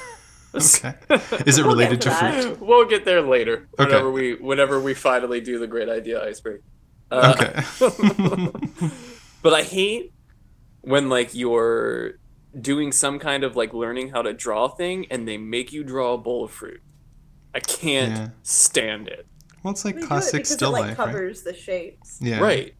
Speaker 3: okay. Is it
Speaker 1: We'll get
Speaker 3: related
Speaker 1: to
Speaker 3: to
Speaker 1: that.
Speaker 3: fruit?
Speaker 2: We'll get there later.
Speaker 3: Okay.
Speaker 2: Whenever we whenever we finally do the great idea iceberg. Uh, *laughs*
Speaker 3: Okay.
Speaker 2: but I hate when like you're doing some kind of like learning how to draw thing and they make you draw a bowl of fruit. I can't
Speaker 3: Yeah.
Speaker 2: stand it.
Speaker 3: well, it's
Speaker 1: We
Speaker 3: like
Speaker 1: do it
Speaker 3: classic
Speaker 1: because
Speaker 3: still
Speaker 1: it like
Speaker 3: life, right?
Speaker 1: covers the shapes.
Speaker 3: Yeah.
Speaker 2: Right.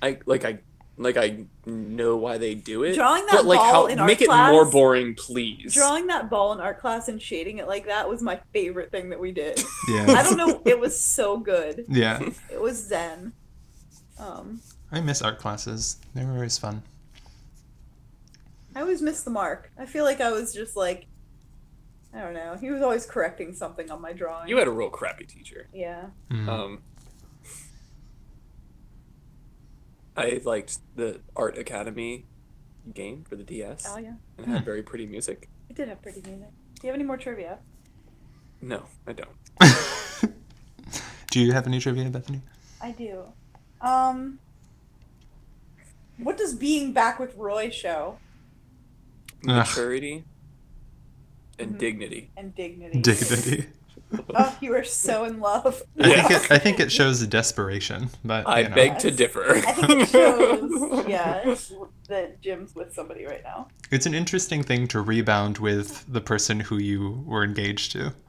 Speaker 2: I like I like I know why they do it.
Speaker 1: Drawing that
Speaker 2: but like
Speaker 1: ball
Speaker 2: how
Speaker 1: in art
Speaker 2: make it
Speaker 1: class-
Speaker 2: more boring, please.
Speaker 1: Drawing that ball in art class and shading it like that was my favorite thing that we
Speaker 3: *laughs*
Speaker 1: did. I
Speaker 2: *laughs*
Speaker 3: Yeah.
Speaker 1: don't know, it was so good.
Speaker 3: yeah.
Speaker 1: It was zen. Um,
Speaker 3: I miss art classes. They were always fun.
Speaker 1: I always miss the mark. I feel like I was just like, I don't know. He was always correcting something on my drawing.
Speaker 2: You had a real crappy teacher.
Speaker 1: yeah.
Speaker 3: Mm.
Speaker 2: Um I liked the Art Academy game for the DS
Speaker 1: Oh yeah.
Speaker 2: and had very pretty music.
Speaker 1: I did have pretty music. Do you have any more trivia?
Speaker 2: No, I don't.
Speaker 3: *laughs* Do you have any trivia, Bethany?
Speaker 1: I do. Um. What does being back with Roy show?
Speaker 3: Ugh.
Speaker 2: Maturity and
Speaker 1: Mhm.
Speaker 2: dignity.
Speaker 1: And dignity.
Speaker 3: Dignity.
Speaker 1: Oh, you are so in love.
Speaker 3: I think it. I think it shows desperation, but
Speaker 2: I
Speaker 3: you know.
Speaker 2: beg to
Speaker 1: Yes.
Speaker 2: differ.
Speaker 1: I think it
Speaker 2: *laughs*
Speaker 1: shows, yeah, that Jim's with somebody right now.
Speaker 3: It's an interesting thing to rebound with the person who you were engaged to. *laughs*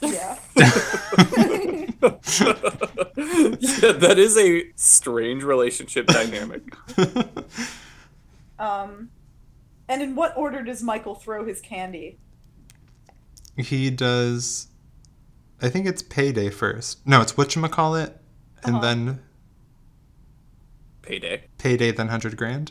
Speaker 1: Yeah.
Speaker 2: *laughs* yeah, that is a strange relationship dynamic.
Speaker 1: Um, and in what order does Michael throw his candy?
Speaker 3: he does. I think it's payday first. No, it's whatchamacallit, and
Speaker 1: Uh-huh.
Speaker 3: then
Speaker 2: Payday.
Speaker 3: payday, then hundred grand.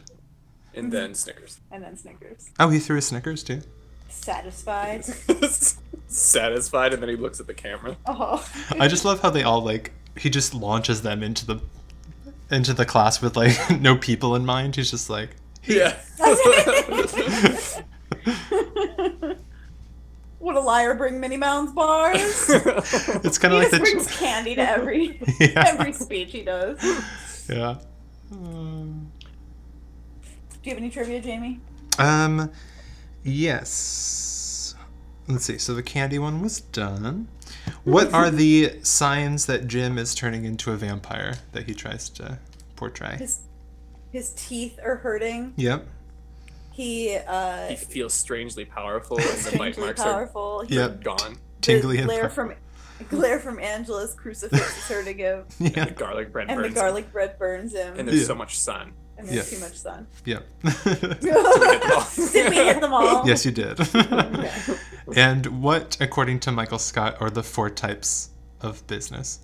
Speaker 1: Mm-hmm.
Speaker 2: And then Snickers.
Speaker 1: And then Snickers.
Speaker 3: Oh, he threw a Snickers too.
Speaker 1: Satisfied.
Speaker 2: *laughs* Satisfied, and then he looks at the camera.
Speaker 1: Oh.
Speaker 3: I just love how they all like. He just launches them into the into the class with like *laughs* no people in mind. He's just like, *laughs*
Speaker 2: *laughs* Yeah.
Speaker 1: *laughs* Would a liar bring Minnie Mouse
Speaker 3: *laughs*
Speaker 1: bars?
Speaker 3: it's kind
Speaker 1: he just
Speaker 3: of like the.
Speaker 1: brings candy to every
Speaker 3: *laughs* yeah.
Speaker 1: every speech he does. Do
Speaker 3: yeah.
Speaker 1: *laughs*
Speaker 3: Um,
Speaker 1: you have any trivia, Jamie?
Speaker 3: Um, yes. Let's see. So the candy one was done. What are the signs that Jim is turning into a vampire that he tries to portray?
Speaker 1: His his teeth are hurting.
Speaker 3: Yep.
Speaker 1: He uh
Speaker 2: he feels strangely powerful, and the bite
Speaker 1: strangely
Speaker 2: marks
Speaker 1: powerful. He-
Speaker 2: are
Speaker 3: Yep.
Speaker 2: gone.
Speaker 3: Tingly
Speaker 1: the
Speaker 3: and
Speaker 1: glare
Speaker 3: pur-
Speaker 1: from glare from Angela's crucifixes her to give,
Speaker 2: *laughs*
Speaker 3: *laughs*
Speaker 2: And
Speaker 3: Yeah.
Speaker 2: the garlic bread
Speaker 1: and the
Speaker 2: burns.
Speaker 1: garlic bread burns him,
Speaker 2: and
Speaker 1: and,
Speaker 2: there's
Speaker 3: Yeah.
Speaker 2: so much sun.
Speaker 1: there's
Speaker 3: Yeah.
Speaker 1: too much sun.
Speaker 3: Yep.
Speaker 1: *laughs* Did we hit them all?
Speaker 3: yes,
Speaker 1: *laughs*
Speaker 3: you did. and what, according to Michael Scott, are the four types of business?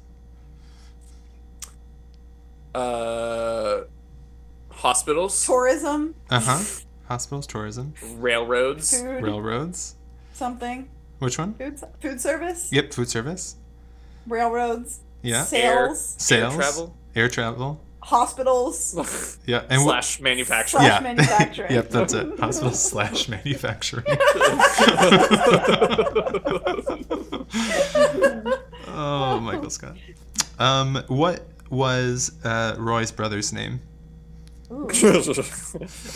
Speaker 2: Uh, hospitals,
Speaker 1: Tourism, *laughs*
Speaker 3: Uh huh. Hospitals, tourism,
Speaker 2: railroads,
Speaker 1: food,
Speaker 3: railroads.
Speaker 1: something,
Speaker 3: Which one?
Speaker 1: food, food service,
Speaker 3: Yep. Food service.
Speaker 1: Railroads,
Speaker 3: Yeah.
Speaker 1: sales,
Speaker 3: Sales.
Speaker 2: air travel,
Speaker 3: Air travel.
Speaker 2: *laughs*
Speaker 1: hospitals,
Speaker 3: Yeah. And what?
Speaker 2: slash manufacturing.
Speaker 1: slash manufacturing.
Speaker 3: *laughs* yep, that's it. Hospital slash
Speaker 1: *laughs*
Speaker 3: manufacturing. oh, Michael Scott. Um, what was uh, Roy's brother's name?
Speaker 1: Ooh.
Speaker 2: *laughs*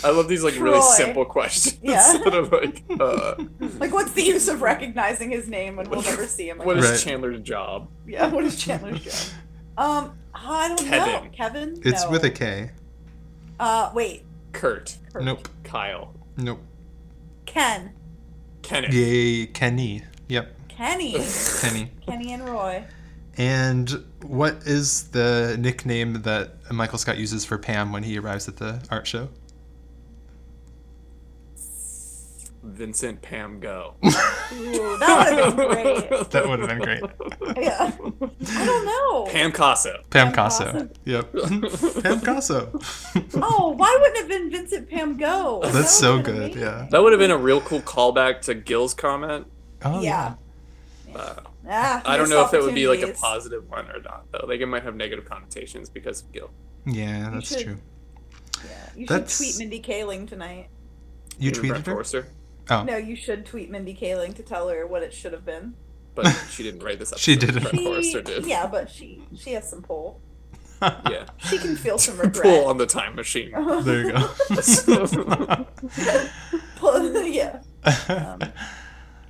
Speaker 2: I love these like really
Speaker 1: Troy.
Speaker 2: simple questions. *laughs*
Speaker 1: Yeah.
Speaker 2: that are like, uh,
Speaker 1: Like, what's the use of recognizing his name when we'll never see him? Like,
Speaker 2: what is
Speaker 3: Right.
Speaker 2: Chandler's job?
Speaker 1: yeah, *laughs* what is Chandler's job? Um, I don't know.
Speaker 2: Kevin.
Speaker 1: Kevin?
Speaker 3: It's
Speaker 1: No.
Speaker 3: with a K.
Speaker 1: Uh, wait.
Speaker 2: Kurt,
Speaker 1: Kurt.
Speaker 3: Nope.
Speaker 2: Kyle,
Speaker 3: Nope.
Speaker 1: Ken.
Speaker 2: Kenneth.
Speaker 3: Yay, Kenny. Yep,
Speaker 2: *laughs*
Speaker 1: Kenny.
Speaker 3: Kenny.
Speaker 1: Kenny and Roy.
Speaker 3: And what is the nickname that Michael Scott uses for Pam when he arrives at the art show?
Speaker 2: Vincent Pam Go.
Speaker 1: Ooh, that would have been
Speaker 2: *laughs*
Speaker 1: great.
Speaker 3: That would have been great.
Speaker 1: Yeah. I don't know.
Speaker 2: Pam Casa.
Speaker 3: Pam
Speaker 1: Pam
Speaker 3: Casso.
Speaker 1: Casso.
Speaker 3: Yep. Pam Casso.
Speaker 1: Oh, why wouldn't it have been Vincent Pam Go? That
Speaker 3: That's so
Speaker 1: would've been
Speaker 3: good.
Speaker 1: amazing.
Speaker 3: Yeah.
Speaker 2: That would have been a real cool callback to Gil's comment.
Speaker 3: *laughs* Oh,
Speaker 1: Yeah.
Speaker 2: Uh,
Speaker 1: Ah,
Speaker 2: I don't know if it would be like a
Speaker 1: missed opportunities.
Speaker 2: positive one or not, though. Like it might have negative connotations because of Gil.
Speaker 3: Yeah, that's
Speaker 1: should-
Speaker 3: true.
Speaker 1: Yeah. You should
Speaker 3: That's-
Speaker 1: tweet Mindy Kaling tonight.
Speaker 3: You
Speaker 2: Even Brent
Speaker 3: tweeted her?
Speaker 2: Forrester,
Speaker 1: *laughs*
Speaker 3: Oh.
Speaker 1: No, you should tweet Mindy Kaling to tell her what it should have been.
Speaker 2: but she didn't write this
Speaker 3: *laughs*
Speaker 2: up.
Speaker 3: She didn't.
Speaker 2: Brent Forrester did.
Speaker 1: Yeah, but she she has some pull.
Speaker 2: yeah.
Speaker 1: She can feel
Speaker 2: *laughs*
Speaker 1: some
Speaker 2: Pull
Speaker 1: regret. Uh-huh.
Speaker 2: on the time machine.
Speaker 1: *laughs*
Speaker 3: There you
Speaker 2: *laughs*
Speaker 3: go.
Speaker 1: Pull- *laughs* yeah.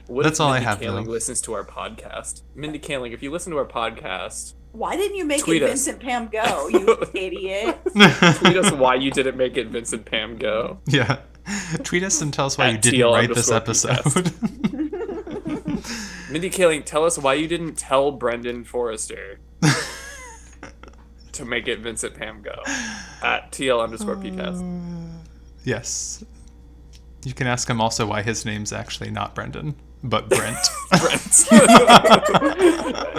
Speaker 2: What
Speaker 3: That's
Speaker 2: if
Speaker 3: all I
Speaker 2: Mindy
Speaker 3: have,
Speaker 2: Kaling
Speaker 3: though.
Speaker 2: listens to our podcast. Mindy Kaling, if you listen to our podcast,
Speaker 1: Why didn't you make
Speaker 2: Tweet
Speaker 1: it
Speaker 2: us.
Speaker 1: Vincent Pam Go,
Speaker 2: *laughs*
Speaker 1: you idiot?
Speaker 2: tweet us why you didn't make it Vincent Pam Go.
Speaker 3: *laughs* Yeah. Tweet us and tell us why
Speaker 2: At
Speaker 3: you didn't
Speaker 2: TL
Speaker 3: write this
Speaker 2: underscore
Speaker 3: episode.
Speaker 2: Mindy Kaling, tell us why you didn't tell Brendan Forrester to make it Vincent
Speaker 1: *sighs*
Speaker 2: Pam Go at TL underscore
Speaker 1: Uh,
Speaker 2: PCast.
Speaker 3: *laughs* yes. You can ask him also why his name's actually not Brendan, but Brent.
Speaker 2: it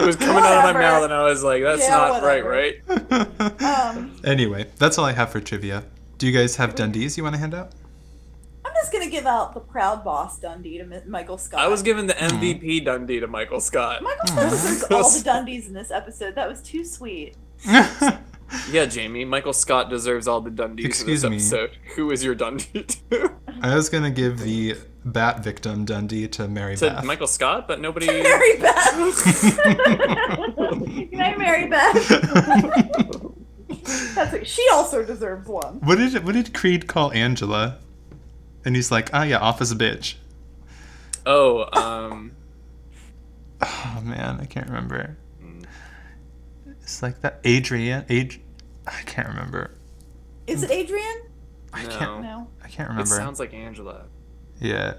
Speaker 2: was coming out of my
Speaker 1: Whatever.
Speaker 2: mouth and I was like, that's
Speaker 1: Yeah,
Speaker 2: not
Speaker 1: whatever.
Speaker 2: right, right?
Speaker 1: Um,
Speaker 3: *laughs* anyway, that's all I have for trivia. Do you guys have Dundees you want to hand
Speaker 2: *laughs*
Speaker 3: out?
Speaker 1: I'm just gonna give out the proud boss Dundee to Mi- Michael Scott.
Speaker 2: I was
Speaker 3: *laughs*
Speaker 2: giving the
Speaker 3: Mm-hmm.
Speaker 2: MVP Dundee to Michael Scott.
Speaker 1: Michael
Speaker 3: Mm.
Speaker 1: Scott deserves all
Speaker 2: *laughs*
Speaker 1: the Dundies in this episode. That was too sweet.
Speaker 2: Yeah, Jamie, Michael Scott deserves all the Dundees
Speaker 3: Excuse
Speaker 2: in
Speaker 3: me.
Speaker 2: this episode. Who is your Dundee *laughs* to?
Speaker 3: I was going to give the bat victim Dundee to Mary
Speaker 2: to
Speaker 3: Beth.
Speaker 2: Michael Scott, but
Speaker 1: *laughs*
Speaker 2: nobody.
Speaker 1: Mary Beth. *laughs* Good night, Mary Beth.
Speaker 3: *laughs*
Speaker 1: That's it. She also deserves one.
Speaker 3: what did what did Creed call Angela? And he's like, "Ah, yeah, office bitch."
Speaker 2: Oh, um,
Speaker 3: Oh man, I can't remember.
Speaker 2: Mm.
Speaker 3: It's like that Adrian. Ad- I can't remember.
Speaker 1: Is it Adrian?
Speaker 3: I
Speaker 2: No.
Speaker 3: can't.
Speaker 1: No.
Speaker 3: I can't
Speaker 2: it
Speaker 3: remember.
Speaker 2: sounds like Angela.
Speaker 3: yeah,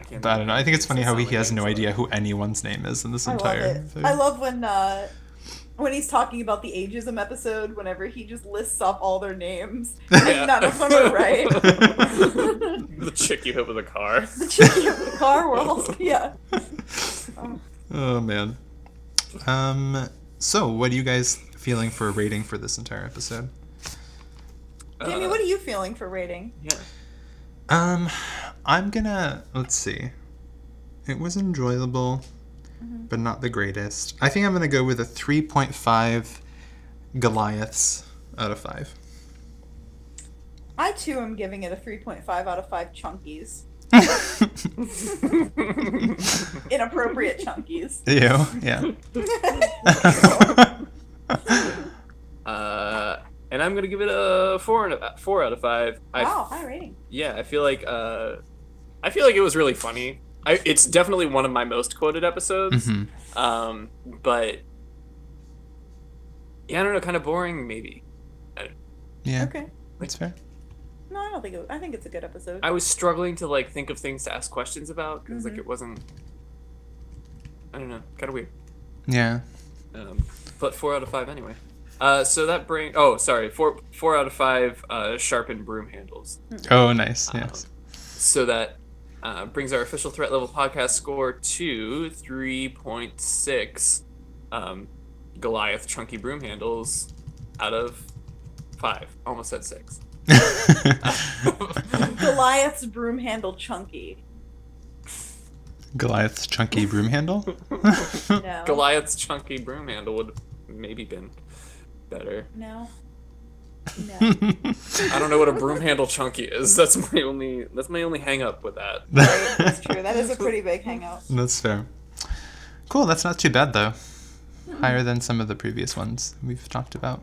Speaker 2: I, can't
Speaker 3: but I don't know. I think it's
Speaker 2: It
Speaker 3: funny how
Speaker 2: sounds
Speaker 3: he,
Speaker 2: like
Speaker 3: has no
Speaker 2: Angela.
Speaker 3: idea who anyone's name is in this
Speaker 1: I love
Speaker 3: entire.
Speaker 1: it.
Speaker 3: thing. *laughs*
Speaker 1: I love when uh, when he's talking about the ageism episode. Whenever he just lists off all their
Speaker 2: *laughs*
Speaker 1: names, and
Speaker 2: Yeah.
Speaker 1: none of them are right. *laughs*
Speaker 3: *laughs*
Speaker 2: *laughs* the chick you hit with a car.
Speaker 1: the chicken of the car world. *laughs* Yeah.
Speaker 3: oh man. Um. So, what are you guys feeling for a rating for this entire episode?
Speaker 1: Jamie,
Speaker 2: Uh,
Speaker 1: what are you feeling for rating?
Speaker 2: Yeah.
Speaker 3: Um, I'm gonna let's see. It was enjoyable,
Speaker 1: Mm-hmm.
Speaker 3: but not the greatest. I think I'm gonna go with a 3.5 Goliaths out of
Speaker 1: *laughs*
Speaker 3: five.
Speaker 1: I too am giving it a 3.5 out of 5 chunkies. *laughs* Inappropriate chunkies.
Speaker 3: Ew.
Speaker 1: *laughs*
Speaker 3: Yeah. *laughs*
Speaker 2: *laughs* Uh, and I'm gonna give it a four and a, four out of five. I
Speaker 1: Wow, high rating.
Speaker 2: yeah, I feel like uh, I feel like it was really funny. I, it's definitely one of my most quoted episodes.
Speaker 3: Mhm.
Speaker 2: Um, but yeah, I don't know, kind of boring maybe.
Speaker 3: Yeah.
Speaker 1: Okay.
Speaker 3: That's fair.
Speaker 1: No, I don't think it, I think it's a good episode.
Speaker 2: I was struggling to like think of things to ask questions about because like it wasn't. I don't know, kind of weird.
Speaker 3: Yeah.
Speaker 2: Um, but four out of five anyway. Uh, so that bring oh sorry four four out of five uh, sharpened broom handles.
Speaker 3: Oh, nice. Yes.
Speaker 2: So that uh, brings our official threat level podcast score to three point six um, Goliath chunky broom handles out of five. Almost at six.
Speaker 1: Goliath's broom handle chunky.
Speaker 3: *laughs* Goliath's chunky
Speaker 1: *laughs*
Speaker 3: broom handle. *laughs*
Speaker 1: No.
Speaker 2: Goliath's chunky broom handle would maybe been better.
Speaker 3: *laughs*
Speaker 1: No. No.
Speaker 2: I don't know what a broom handle chunky is. That's my only that's my only hang up with that.
Speaker 1: That's true. That is a pretty big
Speaker 3: *laughs*
Speaker 1: hangout.
Speaker 3: That's fair. Cool. That's not too bad though. Higher than some of the previous ones we've talked about.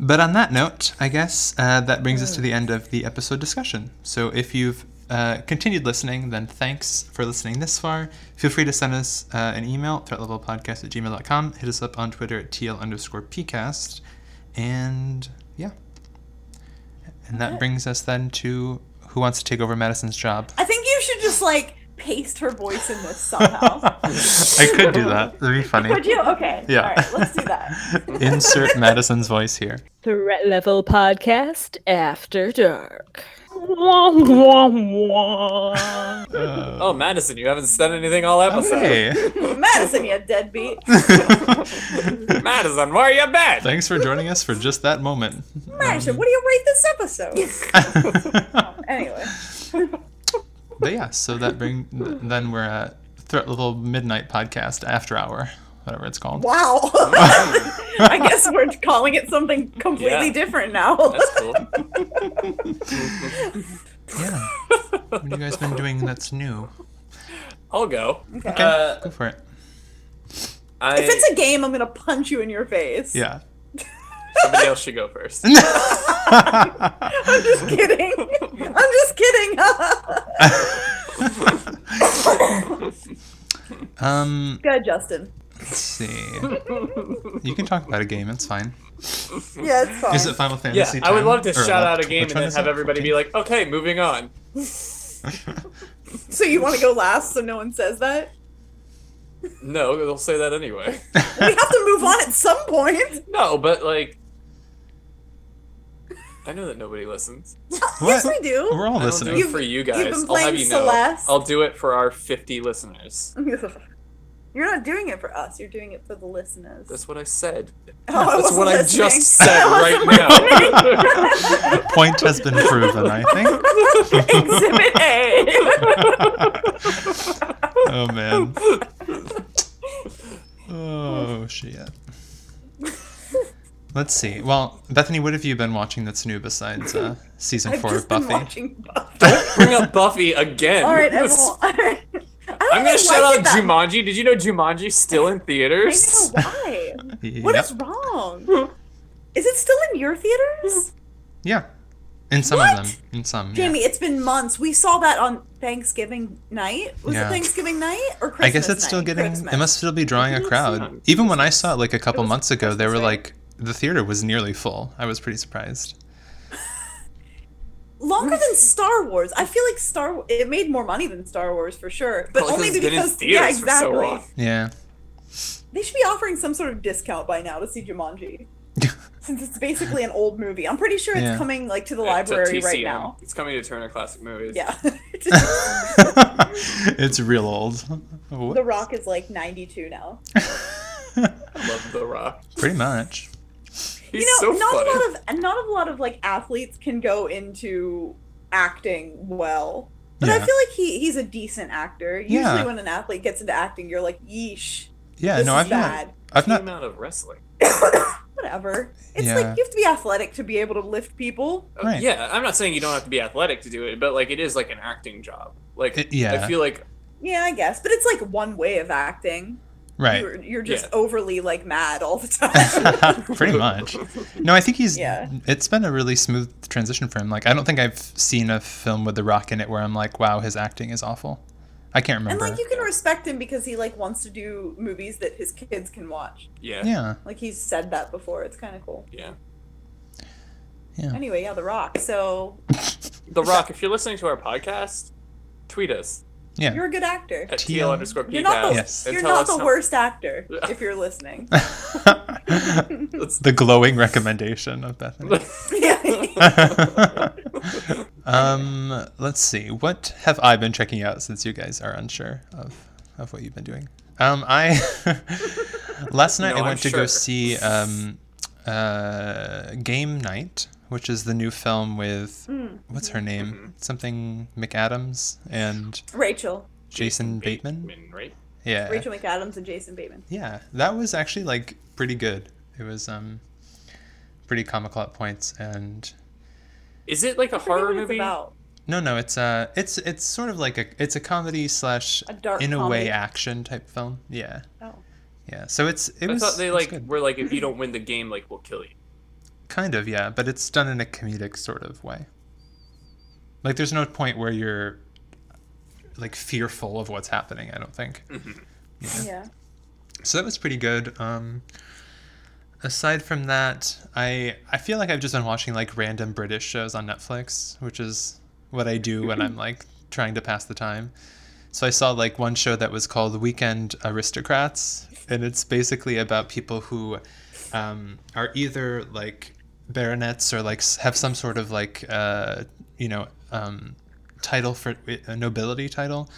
Speaker 3: But on that note, I guess uh, that brings us to the end of the episode discussion. So if you've uh, continued listening, then thanks for listening this far. Feel free to send us uh, an email, threatlevelpodcast at gmail.com. Hit us up on Twitter at TL underscore PCast. And yeah. And that brings us then to who wants to take over Madison's job.
Speaker 1: I think you should just like paste her voice in this somehow.
Speaker 3: *laughs* I could do that. That'd be
Speaker 1: Would
Speaker 3: funny.
Speaker 1: you? Okay.
Speaker 3: Yeah.
Speaker 1: All right, let's do that.
Speaker 3: *laughs* Insert Madison's voice here.
Speaker 4: Threat Level Podcast After Dark. Wah, wah, wah.
Speaker 3: Uh,
Speaker 2: Oh, Madison, you haven't said anything all
Speaker 1: *laughs*
Speaker 2: episode.
Speaker 3: hey.
Speaker 1: Madison, you
Speaker 3: *laughs*
Speaker 1: deadbeat.
Speaker 2: Madison, where you been?
Speaker 3: Thanks for joining us for just
Speaker 1: *laughs*
Speaker 3: that moment. Um,
Speaker 1: Madison, what do you rate this
Speaker 3: *laughs*
Speaker 1: episode? anyway.
Speaker 3: but yeah, so that bring th- then we're at Threat Level Midnight Podcast After Hour, whatever it's called. *laughs*
Speaker 1: Wow. I guess we're calling it something completely
Speaker 2: Yeah.
Speaker 1: different now.
Speaker 2: That's cool.
Speaker 3: Yeah. what have you guys been doing that's new?
Speaker 2: *laughs* I'll go.
Speaker 1: Okay.
Speaker 2: Uh,
Speaker 3: Go for it.
Speaker 1: *laughs*
Speaker 2: I,
Speaker 1: if it's a game, I'm gonna punch you in your face.
Speaker 3: Yeah.
Speaker 2: somebody else should
Speaker 3: *laughs*
Speaker 2: go
Speaker 1: *laughs*
Speaker 2: first.
Speaker 1: I'm just kidding. I'm just
Speaker 3: *laughs*
Speaker 1: kidding.
Speaker 3: um,
Speaker 1: Good, Justin.
Speaker 3: let's see. You can talk about a game. It's fine.
Speaker 1: Yeah, it's fine.
Speaker 3: Is it Final Fantasy?
Speaker 2: Yeah, I would
Speaker 3: time?
Speaker 2: love to
Speaker 3: Or
Speaker 2: shout
Speaker 3: left-
Speaker 2: out a game
Speaker 3: which
Speaker 2: and
Speaker 3: one
Speaker 2: then
Speaker 3: is
Speaker 2: have
Speaker 3: it?
Speaker 2: everybody
Speaker 3: *laughs*
Speaker 2: be like, okay, moving on.
Speaker 3: 14?
Speaker 1: so you want to go last so no one says that?
Speaker 2: No, they'll say
Speaker 3: *laughs*
Speaker 2: that anyway.
Speaker 1: We have to move on at some point.
Speaker 2: No, but like, I know that nobody listens.
Speaker 1: Yes,
Speaker 3: What?
Speaker 1: we do.
Speaker 3: We're all
Speaker 2: I don't
Speaker 3: *laughs*
Speaker 2: do
Speaker 3: listening.
Speaker 2: it for you guys.
Speaker 1: you've been
Speaker 2: I'll have
Speaker 1: playing
Speaker 2: you know.
Speaker 1: Celeste.
Speaker 2: I'll do it for our 50 listeners.
Speaker 1: *laughs* You're not doing it for us. You're doing it for the listeners.
Speaker 2: That's what I said.
Speaker 1: Oh, I
Speaker 2: That's
Speaker 1: wasn't
Speaker 2: what I
Speaker 1: listening. *laughs*
Speaker 2: just said right *laughs* now.
Speaker 3: The point has been proven, I think.
Speaker 2: *laughs*
Speaker 1: *laughs* Exhibit A.
Speaker 3: Oh, man.
Speaker 2: *laughs*
Speaker 3: Oh, shit. Let's see. Well, Bethany, what have you been watching that's new besides uh, season
Speaker 1: I've
Speaker 3: four
Speaker 1: just
Speaker 3: of
Speaker 1: been
Speaker 3: Buffy?
Speaker 1: watching
Speaker 3: *laughs*
Speaker 1: Buffy.
Speaker 2: Bring up Buffy again.
Speaker 1: All right, everyone. *laughs* All right. I don't
Speaker 2: I'm
Speaker 1: know
Speaker 2: gonna shout
Speaker 1: why
Speaker 2: out
Speaker 1: that-
Speaker 2: Jumanji. Did you know Jumanji's still in
Speaker 1: I
Speaker 2: theaters?
Speaker 1: know why.
Speaker 3: *laughs*
Speaker 1: What
Speaker 3: Yep.
Speaker 1: is wrong? Is it still in your
Speaker 3: *laughs*
Speaker 1: theaters?
Speaker 3: Yeah. In some
Speaker 1: What?
Speaker 3: of them. In some. yeah.
Speaker 1: Jamie, it's been months. We saw that on Thanksgiving night. Was
Speaker 3: Yeah.
Speaker 1: it Thanksgiving night or Christmas?
Speaker 3: I guess it's still
Speaker 1: night?
Speaker 3: getting.
Speaker 1: Christmas.
Speaker 3: It must still be drawing a
Speaker 2: not.
Speaker 3: crowd. Even when I saw it like a couple
Speaker 1: Mm-hmm. was
Speaker 3: months ago, they were
Speaker 1: Christmas, right?
Speaker 3: like the theater was nearly full. I was pretty surprised.
Speaker 1: longer
Speaker 3: Mm.
Speaker 1: than Star Wars. I feel like Star Wa- it made more money than Star Wars for sure, but
Speaker 2: Well, 'cause
Speaker 1: only
Speaker 2: it's been in
Speaker 1: because
Speaker 2: theaters
Speaker 1: yeah,
Speaker 2: for so
Speaker 1: exactly.
Speaker 2: long.
Speaker 1: *laughs*
Speaker 3: Yeah.
Speaker 1: They should be offering some sort of discount by now to see
Speaker 3: *laughs*
Speaker 1: Jumanji, since it's basically an old movie. I'm pretty sure it's
Speaker 3: Yeah.
Speaker 1: coming like to the
Speaker 2: It's a
Speaker 1: library right
Speaker 2: TCM.
Speaker 1: now.
Speaker 2: It's coming to Turner Classic Movies.
Speaker 1: Yeah,
Speaker 3: *laughs* it's real old.
Speaker 1: The Rock is like 92 now.
Speaker 2: I love The Rock.
Speaker 3: Pretty much.
Speaker 2: He's
Speaker 1: you know,
Speaker 2: so
Speaker 1: not
Speaker 2: funny.
Speaker 1: a lot of and not a lot of like athletes can go into acting well. But I
Speaker 3: Yeah.
Speaker 1: feel like he he's a decent actor. Usually
Speaker 3: Yeah.
Speaker 1: when an athlete gets into acting, you're like, yeesh,
Speaker 3: Yeah.
Speaker 1: this
Speaker 3: no,
Speaker 1: is
Speaker 3: I've
Speaker 1: bad.
Speaker 3: not. I've
Speaker 2: The
Speaker 3: not.
Speaker 2: amount of wrestling.
Speaker 1: Whatever. It's
Speaker 3: Yeah.
Speaker 1: like you have to be athletic to be able to lift people.
Speaker 2: Uh,
Speaker 3: Right.
Speaker 2: Yeah, I'm not saying you don't have to be athletic to do it, but like it is like an acting job. Like
Speaker 3: It- yeah.
Speaker 2: I feel like
Speaker 1: Yeah, I guess. But it's like one way of acting.
Speaker 3: Right.
Speaker 1: You're, you're just
Speaker 2: Yeah.
Speaker 1: overly like mad all the *laughs* time.
Speaker 3: *laughs* pretty much. No, I think he's.
Speaker 1: Yeah.
Speaker 3: It's been a really smooth transition for him. Like, I don't think I've seen a film with The Rock in it where I'm like, wow, his acting is awful. I can't
Speaker 1: and
Speaker 3: remember.
Speaker 1: like you can respect him because he like wants to do movies that his kids can watch.
Speaker 2: yeah.
Speaker 3: yeah.
Speaker 1: Like he's said that before. It's kind of cool.
Speaker 2: yeah.
Speaker 1: Anyway, yeah, The Rock. So
Speaker 2: The Rock, if you're listening to our podcast, tweet us
Speaker 3: Yeah.
Speaker 1: you're a good actor.
Speaker 2: at
Speaker 3: TL
Speaker 2: TL underscore
Speaker 1: You're not the,
Speaker 2: PCast
Speaker 3: Yes.
Speaker 2: and
Speaker 1: you're
Speaker 2: tell
Speaker 1: not
Speaker 2: us
Speaker 1: the
Speaker 2: how-
Speaker 1: worst
Speaker 2: *laughs*
Speaker 1: actor
Speaker 2: Yeah.
Speaker 1: if you're
Speaker 3: *laughs*
Speaker 1: listening. *laughs*
Speaker 3: the glowing recommendation of
Speaker 2: *laughs*
Speaker 3: Bethany.
Speaker 1: yeah.
Speaker 3: um, let's see. What have I been checking out since you guys are unsure of, of what you've been doing? Um, I *laughs* last night
Speaker 2: No,
Speaker 3: I
Speaker 2: I'm
Speaker 3: went to go
Speaker 2: sure.
Speaker 3: see um, uh, Game Night, which is the new film with what's her name?
Speaker 2: Mm-hmm.
Speaker 3: Something McAdams and
Speaker 1: Rachel.
Speaker 3: Jason Bateman.
Speaker 2: right?
Speaker 3: Yeah,
Speaker 1: Rachel McAdams and Jason Bateman.
Speaker 3: yeah, that was actually like pretty good. It was um, pretty comical at points and
Speaker 2: Is it like a
Speaker 1: I forget
Speaker 2: horror
Speaker 1: what it's
Speaker 2: movie?
Speaker 1: about.
Speaker 3: No, no, it's uh it's it's sort of like a it's a comedy slash
Speaker 1: A dark
Speaker 3: in a way
Speaker 1: comedy.
Speaker 3: action type film. Yeah,
Speaker 1: Oh.
Speaker 3: yeah. So it's it
Speaker 2: I
Speaker 3: was.
Speaker 2: thought they
Speaker 3: it's
Speaker 2: like
Speaker 3: good. *clears throat*
Speaker 2: were like if you don't win the game, like we'll kill you.
Speaker 3: Kind of, yeah, but it's done in a comedic sort of way. Like, there's no point where you're like fearful of what's happening. I don't think.
Speaker 1: Yeah.
Speaker 3: So that was pretty good. Um, aside from that, I I feel like I've just been watching like random British shows on Netflix, which is what I do when I'm like trying to pass the time. So I saw like one show that was called Weekend Aristocrats, and it's basically about people who um, are either like baronets or like s- have some sort of like uh, you know um, title for a nobility title,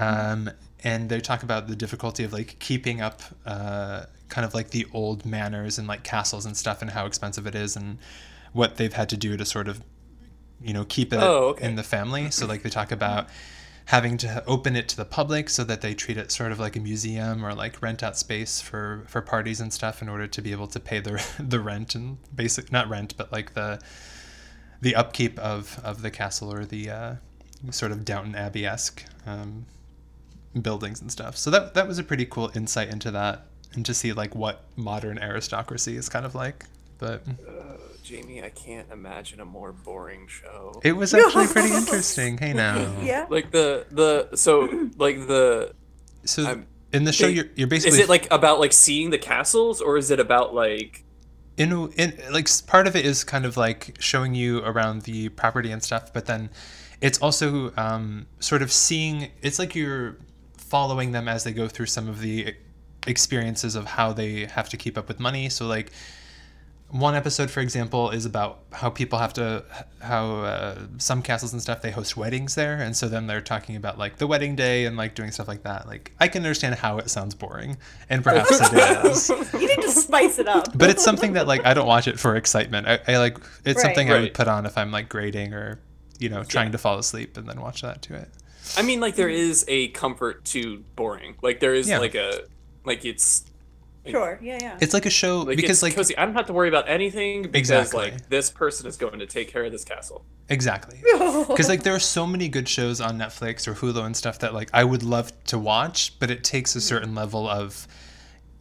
Speaker 2: Mm-hmm.
Speaker 3: um, and they talk about the difficulty of like keeping up uh, kind of like the old manners and like castles and stuff and how expensive it is and what they've had to do to sort of you know keep it
Speaker 2: Oh, okay.
Speaker 3: in the family. So like they talk about having to open it to the public so that they treat it sort of like a museum or like rent out space for for parties and stuff in order to be able to pay the *laughs* the rent and basic not rent but like the the upkeep of of the castle or the uh, sort of Downton Abbey esque um, buildings and stuff. So that that was a pretty cool insight into that and to see like what modern aristocracy is kind of like. But
Speaker 2: Jamie, I can't imagine a more boring show.
Speaker 3: it was actually pretty interesting.
Speaker 1: *laughs*
Speaker 3: Hey now,
Speaker 1: Yeah.
Speaker 2: Like the the so like the
Speaker 3: So
Speaker 2: I'm-
Speaker 3: in the show,
Speaker 2: they-
Speaker 3: you're you're basically
Speaker 2: is it like about like seeing the castles or is it about like
Speaker 3: in, in like s- part of it is kind of like showing you around the property and stuff but then it's also um, sort of seeing it's like you're following them as they go through some of the e, experiences of how they have to keep up with money so like one episode for example is about how people have to how uh, some castles and stuff they host weddings there and so then they're talking about like the wedding day and like doing stuff like that like i can understand how it sounds boring and perhaps it is
Speaker 1: *laughs* You need to spice it
Speaker 3: *laughs*
Speaker 1: up.
Speaker 3: but it's something that like I don't watch it for excitement. I, I like it's
Speaker 1: Right.
Speaker 3: something I would
Speaker 2: Right.
Speaker 3: put on if I'm like grading or you know trying to fall asleep and then watch that to it.
Speaker 2: I mean like there is a comfort to boring. Like there is
Speaker 3: Yeah.
Speaker 2: like a like it's
Speaker 1: Sure. Yeah, yeah.
Speaker 3: It's like a show
Speaker 2: like
Speaker 3: because
Speaker 2: it's
Speaker 3: like
Speaker 2: cozy. I don't have to worry about anything because
Speaker 3: Exactly.
Speaker 2: like this person is going to take care of this castle.
Speaker 3: exactly because like there are so many good shows on Netflix or Hulu and stuff that like I would love to watch, but it takes a certain level of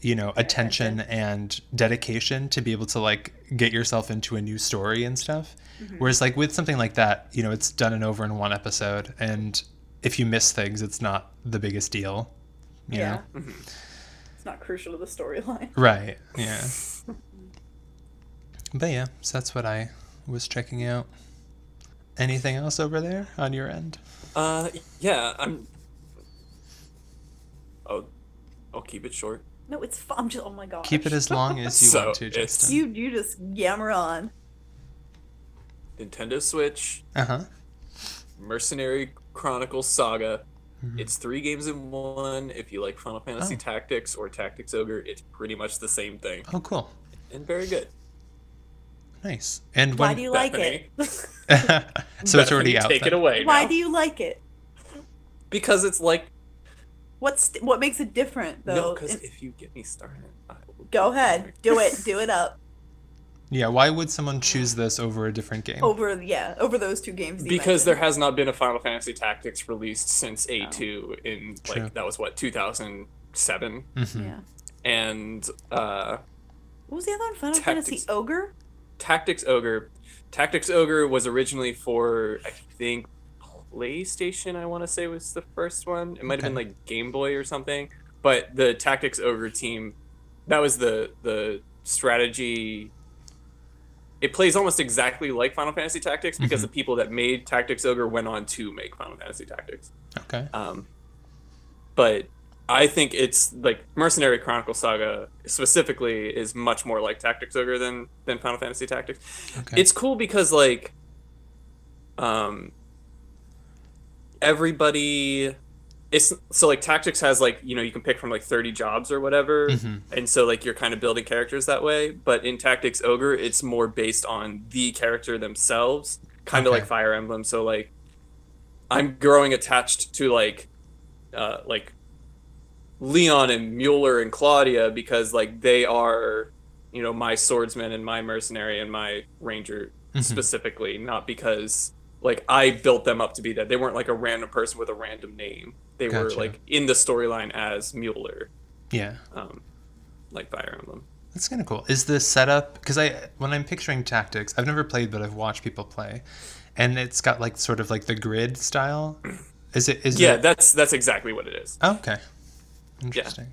Speaker 3: you know attention and dedication to be able to like get yourself into a new story and stuff. Whereas like with something like that, you know, it's done and over in one episode, and if you miss things, it's not the biggest deal.
Speaker 1: *laughs*
Speaker 3: You
Speaker 1: yeah.
Speaker 3: know?
Speaker 2: Mm-hmm.
Speaker 1: It's not crucial to the storyline.
Speaker 3: Right. Yeah. but yeah, so that's what I was checking out. Anything else over there on your end?
Speaker 2: Uh yeah, I'm Oh I'll keep it short.
Speaker 1: No, it's. Fu- I'm just. Oh my god.
Speaker 3: Keep it as long as you
Speaker 2: So,
Speaker 3: want to,
Speaker 2: it's-
Speaker 1: *laughs*
Speaker 3: Justin.
Speaker 1: You you just yammer on.
Speaker 2: Nintendo Switch,
Speaker 3: Uh huh.
Speaker 2: Mercenary Chronicles Saga. It's three games in one. If you like Final Fantasy
Speaker 3: Mm-hmm. Oh.
Speaker 2: Tactics or Tactics Ogre, it's pretty much the same thing
Speaker 3: Oh, cool.
Speaker 2: and very good.
Speaker 3: Nice. And
Speaker 1: Why
Speaker 3: when
Speaker 1: do
Speaker 3: *laughs*
Speaker 1: you like
Speaker 2: Bethany.
Speaker 1: *laughs* it?
Speaker 3: so it's already
Speaker 2: Bethany,
Speaker 3: out.
Speaker 2: Take
Speaker 3: then.
Speaker 2: it away.
Speaker 1: Why
Speaker 2: now.
Speaker 1: do you like it?
Speaker 2: Because it's like
Speaker 1: What's what makes it different
Speaker 2: no.
Speaker 1: though?
Speaker 2: Because
Speaker 1: It-
Speaker 2: if you get me started, I will
Speaker 1: Go ahead, do
Speaker 2: *laughs*
Speaker 1: it, do it up
Speaker 3: Yeah. Why would someone choose this over a different game?
Speaker 1: over yeah over those two games. you
Speaker 2: Because there
Speaker 1: mentioned.
Speaker 2: has not been a Final Fantasy Tactics released since A two in like
Speaker 3: True.
Speaker 2: that was what two thousand seven,
Speaker 3: Mhm.
Speaker 1: yeah.
Speaker 2: and uh,
Speaker 1: What was the other one? Final Fantasy
Speaker 2: Tactics.
Speaker 1: Ogre.
Speaker 2: Tactics Ogre. Tactics Ogre was originally for I think PlayStation. I want to say was the first one. It might have been
Speaker 3: Okay.
Speaker 2: like Game Boy or something. But the Tactics Ogre team, that was the the strategy. It plays almost exactly like Final Fantasy Tactics because the people that made Tactics Ogre went on to make Final Fantasy Tactics.
Speaker 3: Okay.
Speaker 2: Um, but I think it's like Mercenary Chronicle Saga specifically is much more like Tactics Ogre than than Final Fantasy Tactics.
Speaker 3: Okay.
Speaker 2: It's cool because like, um, everybody, it's so like Tactics has like you know you can pick from like thirty jobs or whatever,
Speaker 3: Mhm.
Speaker 2: and so like you're kind of building characters that way. But in Tactics Ogre, it's more based on the character themselves, kind of
Speaker 3: Okay.
Speaker 2: like Fire Emblem. So like, I'm growing attached to like, uh, like Leon and Mueller and Claudia because like they are, you know, my swordsman and my mercenary and my ranger
Speaker 3: Mhm.
Speaker 2: specifically, not because like I built them up to be that. They weren't like a random person with a random name. They were
Speaker 3: Gotcha.
Speaker 2: like in the storyline as Mueller,
Speaker 3: yeah.
Speaker 2: um, like Fire Emblem.
Speaker 3: That's kind of cool. Is the setup because I when I'm picturing tactics, I've never played, but I've watched people play, and it's got like sort of like the grid style. Is it? Is
Speaker 2: Yeah,
Speaker 3: It,
Speaker 2: that's that's exactly what it is.
Speaker 3: oh, okay. Interesting.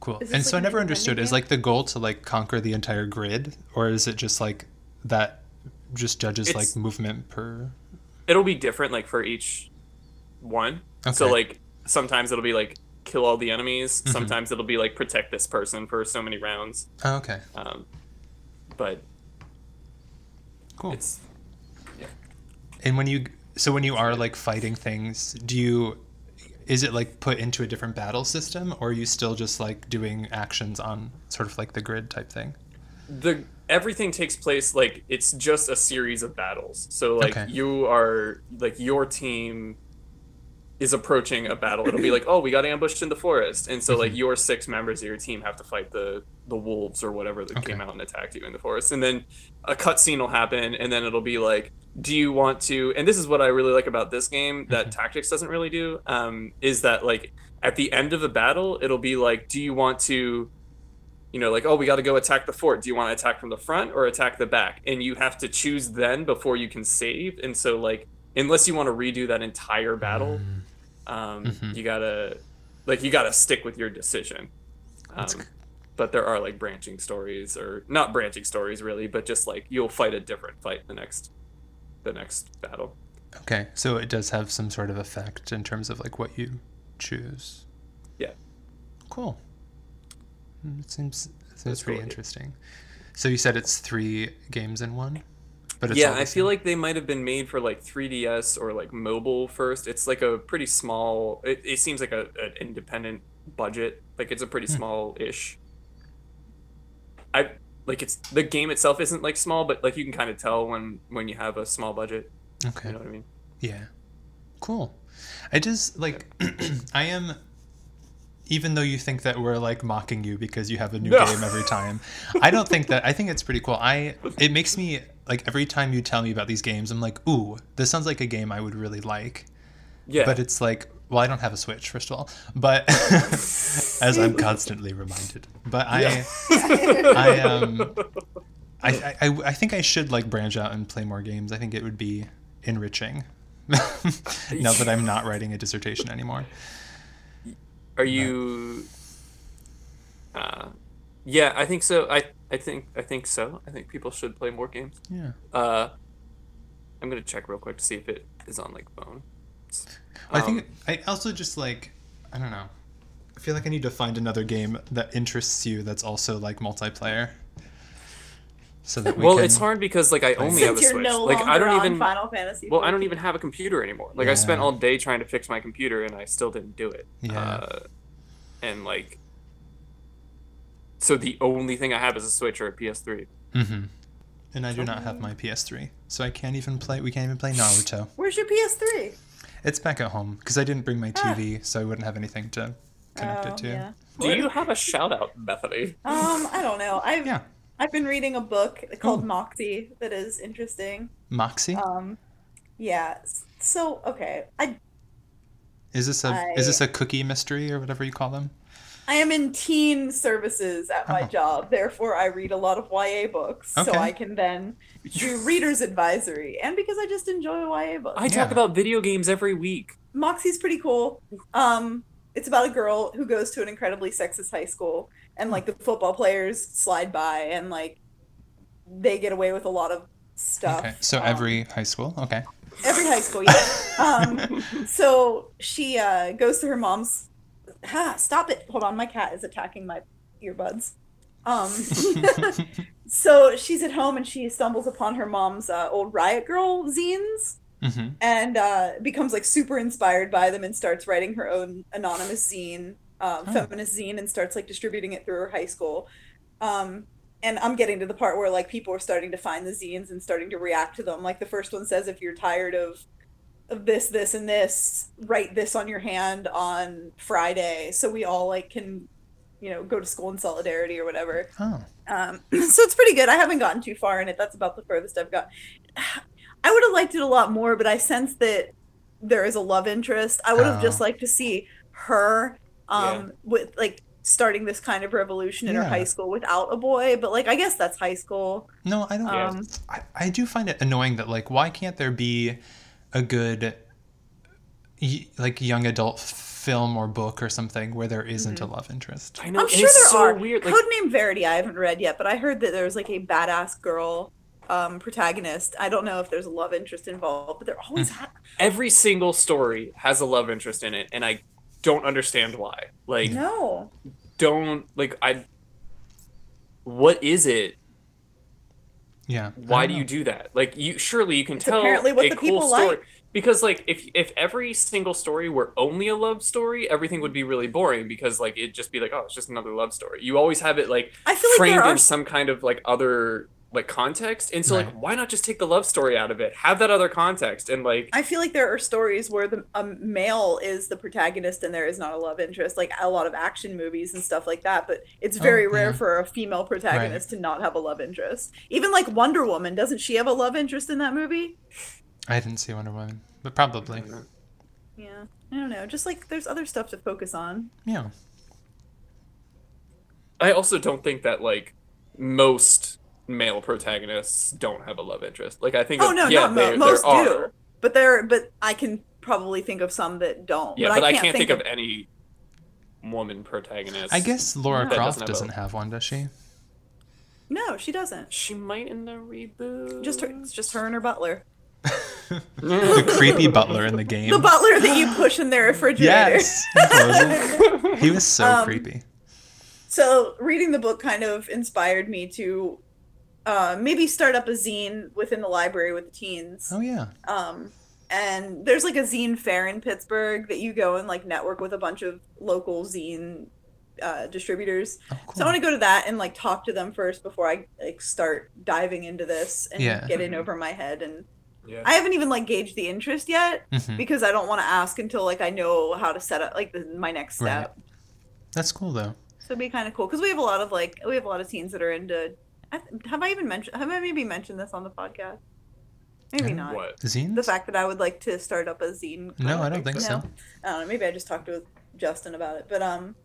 Speaker 3: Cool.
Speaker 1: Is this
Speaker 3: And so
Speaker 1: like
Speaker 3: I
Speaker 1: an
Speaker 3: never
Speaker 1: independent
Speaker 3: understood is
Speaker 1: game?
Speaker 3: like the goal to like conquer the entire grid, or is it just like that? Just judges like
Speaker 2: It's-
Speaker 3: movement per.
Speaker 2: It'll be different like for each one. So
Speaker 3: Okay. Mm-hmm.
Speaker 2: like sometimes it'll be like kill all the enemies. Sometimes it'll be like protect this person for so many rounds.
Speaker 3: Oh, okay.
Speaker 2: Um, but
Speaker 3: Cool.
Speaker 2: it's
Speaker 3: And when you so when you are like fighting things, do you is it like put into a different battle system or are you still just like doing actions on sort of like the grid type thing?
Speaker 2: the everything takes place like it's just a series of battles. So like
Speaker 3: Okay.
Speaker 2: you are like your team is approaching a battle. It'll be like, oh, we got ambushed in the forest, and
Speaker 3: Mm-hmm.
Speaker 2: so like your six members of your team have to fight the the wolves or whatever that
Speaker 3: Okay.
Speaker 2: came out and attacked you in the forest, and then a cutscene will happen, and then it'll be like. Do you want to? And this is what I really like about this game that
Speaker 3: Mm-hmm.
Speaker 2: tactics doesn't really do. Um, is that like at the end of a battle, it'll be like, do you want to you know, like, oh, we got to go attack the fort. Do you want to attack from the front or attack the back? And you have to choose then before you can save. And so, like, unless you want to redo that entire battle, um,
Speaker 3: Mhm.
Speaker 2: you gotta, like, you gotta stick with your decision. Um,
Speaker 3: That's c-
Speaker 2: but there are like branching stories, or not branching stories really, but just like you'll fight a different fight the next, the next battle.
Speaker 3: Okay. So it does have some sort of effect in terms of like what you choose.
Speaker 2: Yeah.
Speaker 3: Cool. Mm, It seems so it's
Speaker 2: That's
Speaker 3: pretty
Speaker 2: cool.
Speaker 3: interesting. So you said it's three games in one? But it's
Speaker 2: yeah,
Speaker 3: all the
Speaker 2: I feel
Speaker 3: same-
Speaker 2: like they might have been made for like 3DS or like mobile first. It's like a pretty small. It, it seems like a, an independent budget. Like it's a pretty
Speaker 3: Hmm.
Speaker 2: small ish. I like it's the game itself isn't like small, but like you can kind of tell when when you have a small budget.
Speaker 3: Okay.
Speaker 2: You know what I mean?
Speaker 3: Yeah. Cool. I just like *clears throat* I am even though you think that we're like mocking you because you have a new
Speaker 2: No.
Speaker 3: game every time. I don't think that I think it's pretty cool. I it makes me like every time you tell me about these games I'm like, "Ooh, this sounds like a game I would really like."
Speaker 2: Yeah.
Speaker 3: But it's like, well, I don't have a Switch first of all, but *laughs* as
Speaker 2: *laughs*
Speaker 3: I'm constantly reminded. But I
Speaker 2: *laughs*
Speaker 3: I um I, I- I I think I should like branch out and play more games. I think it would be enriching. *laughs* now that I'm
Speaker 2: *laughs*
Speaker 3: not writing a dissertation anymore.
Speaker 2: Are you? Uh, yeah, I think so. I I think I think so. I think people should play more games.
Speaker 3: Yeah.
Speaker 2: Uh, I'm gonna check real quick to see if it is on like phone.
Speaker 3: I
Speaker 2: Oh.
Speaker 3: think I also just like I don't know. I feel like I need to find another game that interests you that's also like multiplayer. So that we
Speaker 2: well,
Speaker 3: can...
Speaker 2: it's hard because like I only have a
Speaker 1: Since you're
Speaker 2: Switch.
Speaker 1: no
Speaker 2: like
Speaker 1: longer
Speaker 2: I don't
Speaker 1: on
Speaker 2: even.
Speaker 1: Final Fantasy.
Speaker 2: Well, I don't even have a computer anymore. Like I spent
Speaker 3: Yeah.
Speaker 2: all day trying to fix my computer and I still didn't do it.
Speaker 3: Yeah.
Speaker 2: Uh, and like, so the only thing I have is a Switch or a PS3.
Speaker 3: Mm-hmm. And I do not
Speaker 2: Um.
Speaker 3: have my PS3, so I can't even play. We can't even play Naruto.
Speaker 1: Where's your PS3?
Speaker 3: It's back at home because I didn't bring my TV, so I wouldn't have anything to connect
Speaker 1: Ah. Oh,
Speaker 3: it to.
Speaker 1: yeah.
Speaker 2: Do you have a shout out, Bethany?
Speaker 1: Um, I don't know. I've
Speaker 3: Yeah.
Speaker 1: I've been reading a book
Speaker 3: Oh.
Speaker 1: called Moxie that is interesting.
Speaker 3: Moxie?
Speaker 1: Um, yeah. s- So okay, I
Speaker 3: is this a is
Speaker 1: I-
Speaker 3: this a cookie mystery or whatever you call them?
Speaker 1: I am in teen services at my
Speaker 3: Oh.
Speaker 1: job, therefore I read a lot of YA books,
Speaker 3: Okay.
Speaker 1: so I can then do
Speaker 2: *laughs*
Speaker 1: readers advisory, and because I just enjoy YA books.
Speaker 2: I talk
Speaker 3: Yeah.
Speaker 2: about video games every week.
Speaker 1: Moxie's pretty cool. Um, it's about a girl who goes to an incredibly sexist high school, and like the football players slide by, and like they get away with a lot of stuff.
Speaker 3: Okay, so
Speaker 1: Um,
Speaker 3: every high school.
Speaker 1: *laughs*
Speaker 3: Okay.
Speaker 1: every high school, yeah. Um, so she uh, goes to her mom's. Ah, stop it! Hold on, my cat is attacking my earbuds. Um, *laughs* so she's at home and she stumbles upon her mom's uh, old Riot Girl zines
Speaker 3: hmm
Speaker 1: and uh, becomes like super inspired by them and starts writing her own anonymous zine, uh,
Speaker 3: Oh.
Speaker 1: feminist zine, and starts like distributing it through her high school. Um, and I'm getting to the part where like people are starting to find the zines and starting to react to them. Like the first one says, if you're tired of of this, this, and this, write this on your hand on Friday, so we all like can, you know, go to school in solidarity or whatever.
Speaker 3: *laughs* Oh.
Speaker 1: Um, *laughs* so it's pretty good. I haven't gotten too far in it. That's about the furthest I've got. *sighs* I would have liked it a lot more, but I sense that there is a love interest. I would have
Speaker 3: Oh.
Speaker 1: just liked to see her um, with like starting this kind of revolution in her
Speaker 3: Yeah.
Speaker 1: high school without a boy, but like I guess that's high school.
Speaker 3: No, I don't.
Speaker 2: Yeah.
Speaker 1: Um,
Speaker 3: I, I do find it annoying that like why can't there be a good y- like young adult film or book or something where there isn't
Speaker 1: Mm-hmm.
Speaker 3: a love interest?
Speaker 2: I know.
Speaker 1: I'm
Speaker 2: and
Speaker 1: sure
Speaker 2: it's
Speaker 1: there
Speaker 2: so
Speaker 1: are.
Speaker 2: Weird. Like,
Speaker 1: Codename Verity, I haven't read yet, but I heard that there was like a badass girl um, protagonist. I don't know if there's a love interest involved, but there always
Speaker 2: Hmm.
Speaker 1: ha-
Speaker 2: every single story has a love interest in it, and I don't understand why. Like,
Speaker 1: no.
Speaker 2: don't like I. What is it?
Speaker 3: Yeah. I
Speaker 2: Why
Speaker 3: don't
Speaker 2: do
Speaker 3: know.
Speaker 2: you do that? Like, you surely you can
Speaker 1: It's
Speaker 2: tell
Speaker 1: apparently what
Speaker 2: a
Speaker 1: the
Speaker 2: cool
Speaker 1: people
Speaker 2: story.
Speaker 1: like.
Speaker 2: Because like if if every single story were only a love story, everything would be really boring because like it'd just be like, oh, it's just another love story. You always have it like
Speaker 1: I feel like
Speaker 2: framed
Speaker 1: there are
Speaker 2: in some kind of like other like context. And so
Speaker 3: Right.
Speaker 2: like why not just take the love story out of it? Have that other context and like
Speaker 1: I feel like there are stories where the a male is the protagonist and there is not a love interest, like a lot of action movies and stuff like that. But it's
Speaker 3: Oh,
Speaker 1: very rare
Speaker 3: yeah.
Speaker 1: for a female protagonist to not have a love interest. Even like Wonder Woman, doesn't she have a love interest in that movie?
Speaker 3: I didn't see Wonder Woman, but probably.
Speaker 1: Yeah, I don't know. Just like there's other stuff to focus on.
Speaker 3: Yeah.
Speaker 2: I also don't think that like most male protagonists don't have a love interest. Like I think
Speaker 1: Oh
Speaker 2: that-
Speaker 1: no,
Speaker 2: yeah,
Speaker 1: not
Speaker 2: there-
Speaker 1: mo-
Speaker 2: there
Speaker 1: most
Speaker 2: are.
Speaker 1: do, but there. But I can probably think of some that don't.
Speaker 2: Yeah, but, I can't, think,
Speaker 1: of.
Speaker 2: of, any woman protagonist.
Speaker 3: I guess Laura
Speaker 1: No.
Speaker 2: That
Speaker 3: Croft
Speaker 2: doesn't have a-
Speaker 3: doesn't have one, does she?
Speaker 1: No, she doesn't.
Speaker 2: she might in the reboot.
Speaker 1: Just her, it's just her and her
Speaker 2: *laughs*
Speaker 1: butler.
Speaker 3: The creepy butler in the game.
Speaker 1: The butler that you push in their refrigerator.
Speaker 3: Yes. Horrible. he was so
Speaker 1: Um,
Speaker 3: creepy.
Speaker 1: So reading the book kind of inspired me to uh, maybe start up a zine within the library with the teens.
Speaker 3: Oh yeah.
Speaker 1: Um, and there's like a zine fair in Pittsburgh that you go and like network with a bunch of local zine uh, distributors.
Speaker 3: Oh, cool.
Speaker 1: So I want to go to that and like talk to them first before I like start diving into this and
Speaker 3: Yeah.
Speaker 1: get in over my head. And
Speaker 2: yeah.
Speaker 1: I haven't even like gauged the interest yet
Speaker 3: Mhm.
Speaker 1: because I don't want to ask until like I know how to set up like the, my next step.
Speaker 3: That's cool though.
Speaker 1: So it'd be kind of cool because we have a lot of like we have a lot of teens that are into. I th- have I even mentioned? Have I maybe mentioned this on the podcast? Maybe
Speaker 3: Yeah.
Speaker 1: not.
Speaker 2: What?
Speaker 3: Zines?
Speaker 1: The fact that I would like to start up a zine.
Speaker 3: no, I don't think so.
Speaker 1: No, I don't know. Maybe I just talked with Justin about it, but um,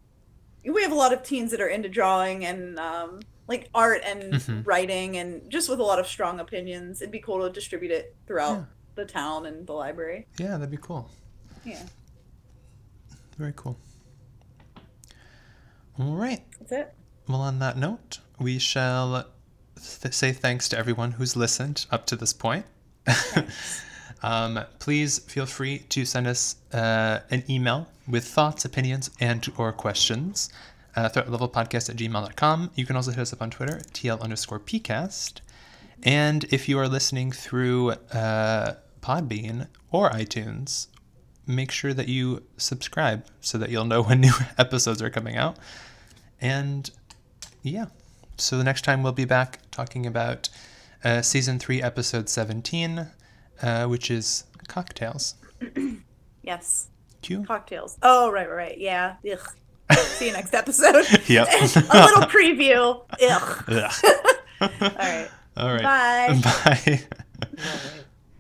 Speaker 1: we have a lot of teens that are into drawing and um, like art and
Speaker 3: Mhm.
Speaker 1: writing and just with a lot of strong opinions. It'd be cool to distribute it throughout
Speaker 3: Yeah.
Speaker 1: the town and the library.
Speaker 3: Yeah, that'd be cool.
Speaker 1: Yeah,
Speaker 3: Very cool. All right.
Speaker 1: that's it.
Speaker 3: Well, on that note, we shall th- say thanks to everyone who's listened up to this point. *laughs* um, please feel free to send us uh, an email with thoughts, opinions, and or questions. Uh, threatlevelpodcast at gmail.com. You can also hit us up on Twitter, TL underscore PCast. And if you are listening through uh, Podbean or iTunes, make sure that you subscribe so that you'll know when *laughs* new episodes are coming out. And yeah. So the next time we'll be back talking about uh, season three, episode 17, uh, which is cocktails.
Speaker 1: Yes,
Speaker 3: Q?
Speaker 1: cocktails. Oh right, right, right. Yeah. Ugh. See you next episode.
Speaker 3: *laughs* Yep.
Speaker 1: *laughs* a little
Speaker 3: *laughs*
Speaker 1: preview. Ugh.
Speaker 3: Ugh.
Speaker 1: *laughs* All right.
Speaker 3: All right.
Speaker 1: Bye.
Speaker 3: *laughs* Bye.
Speaker 4: All right.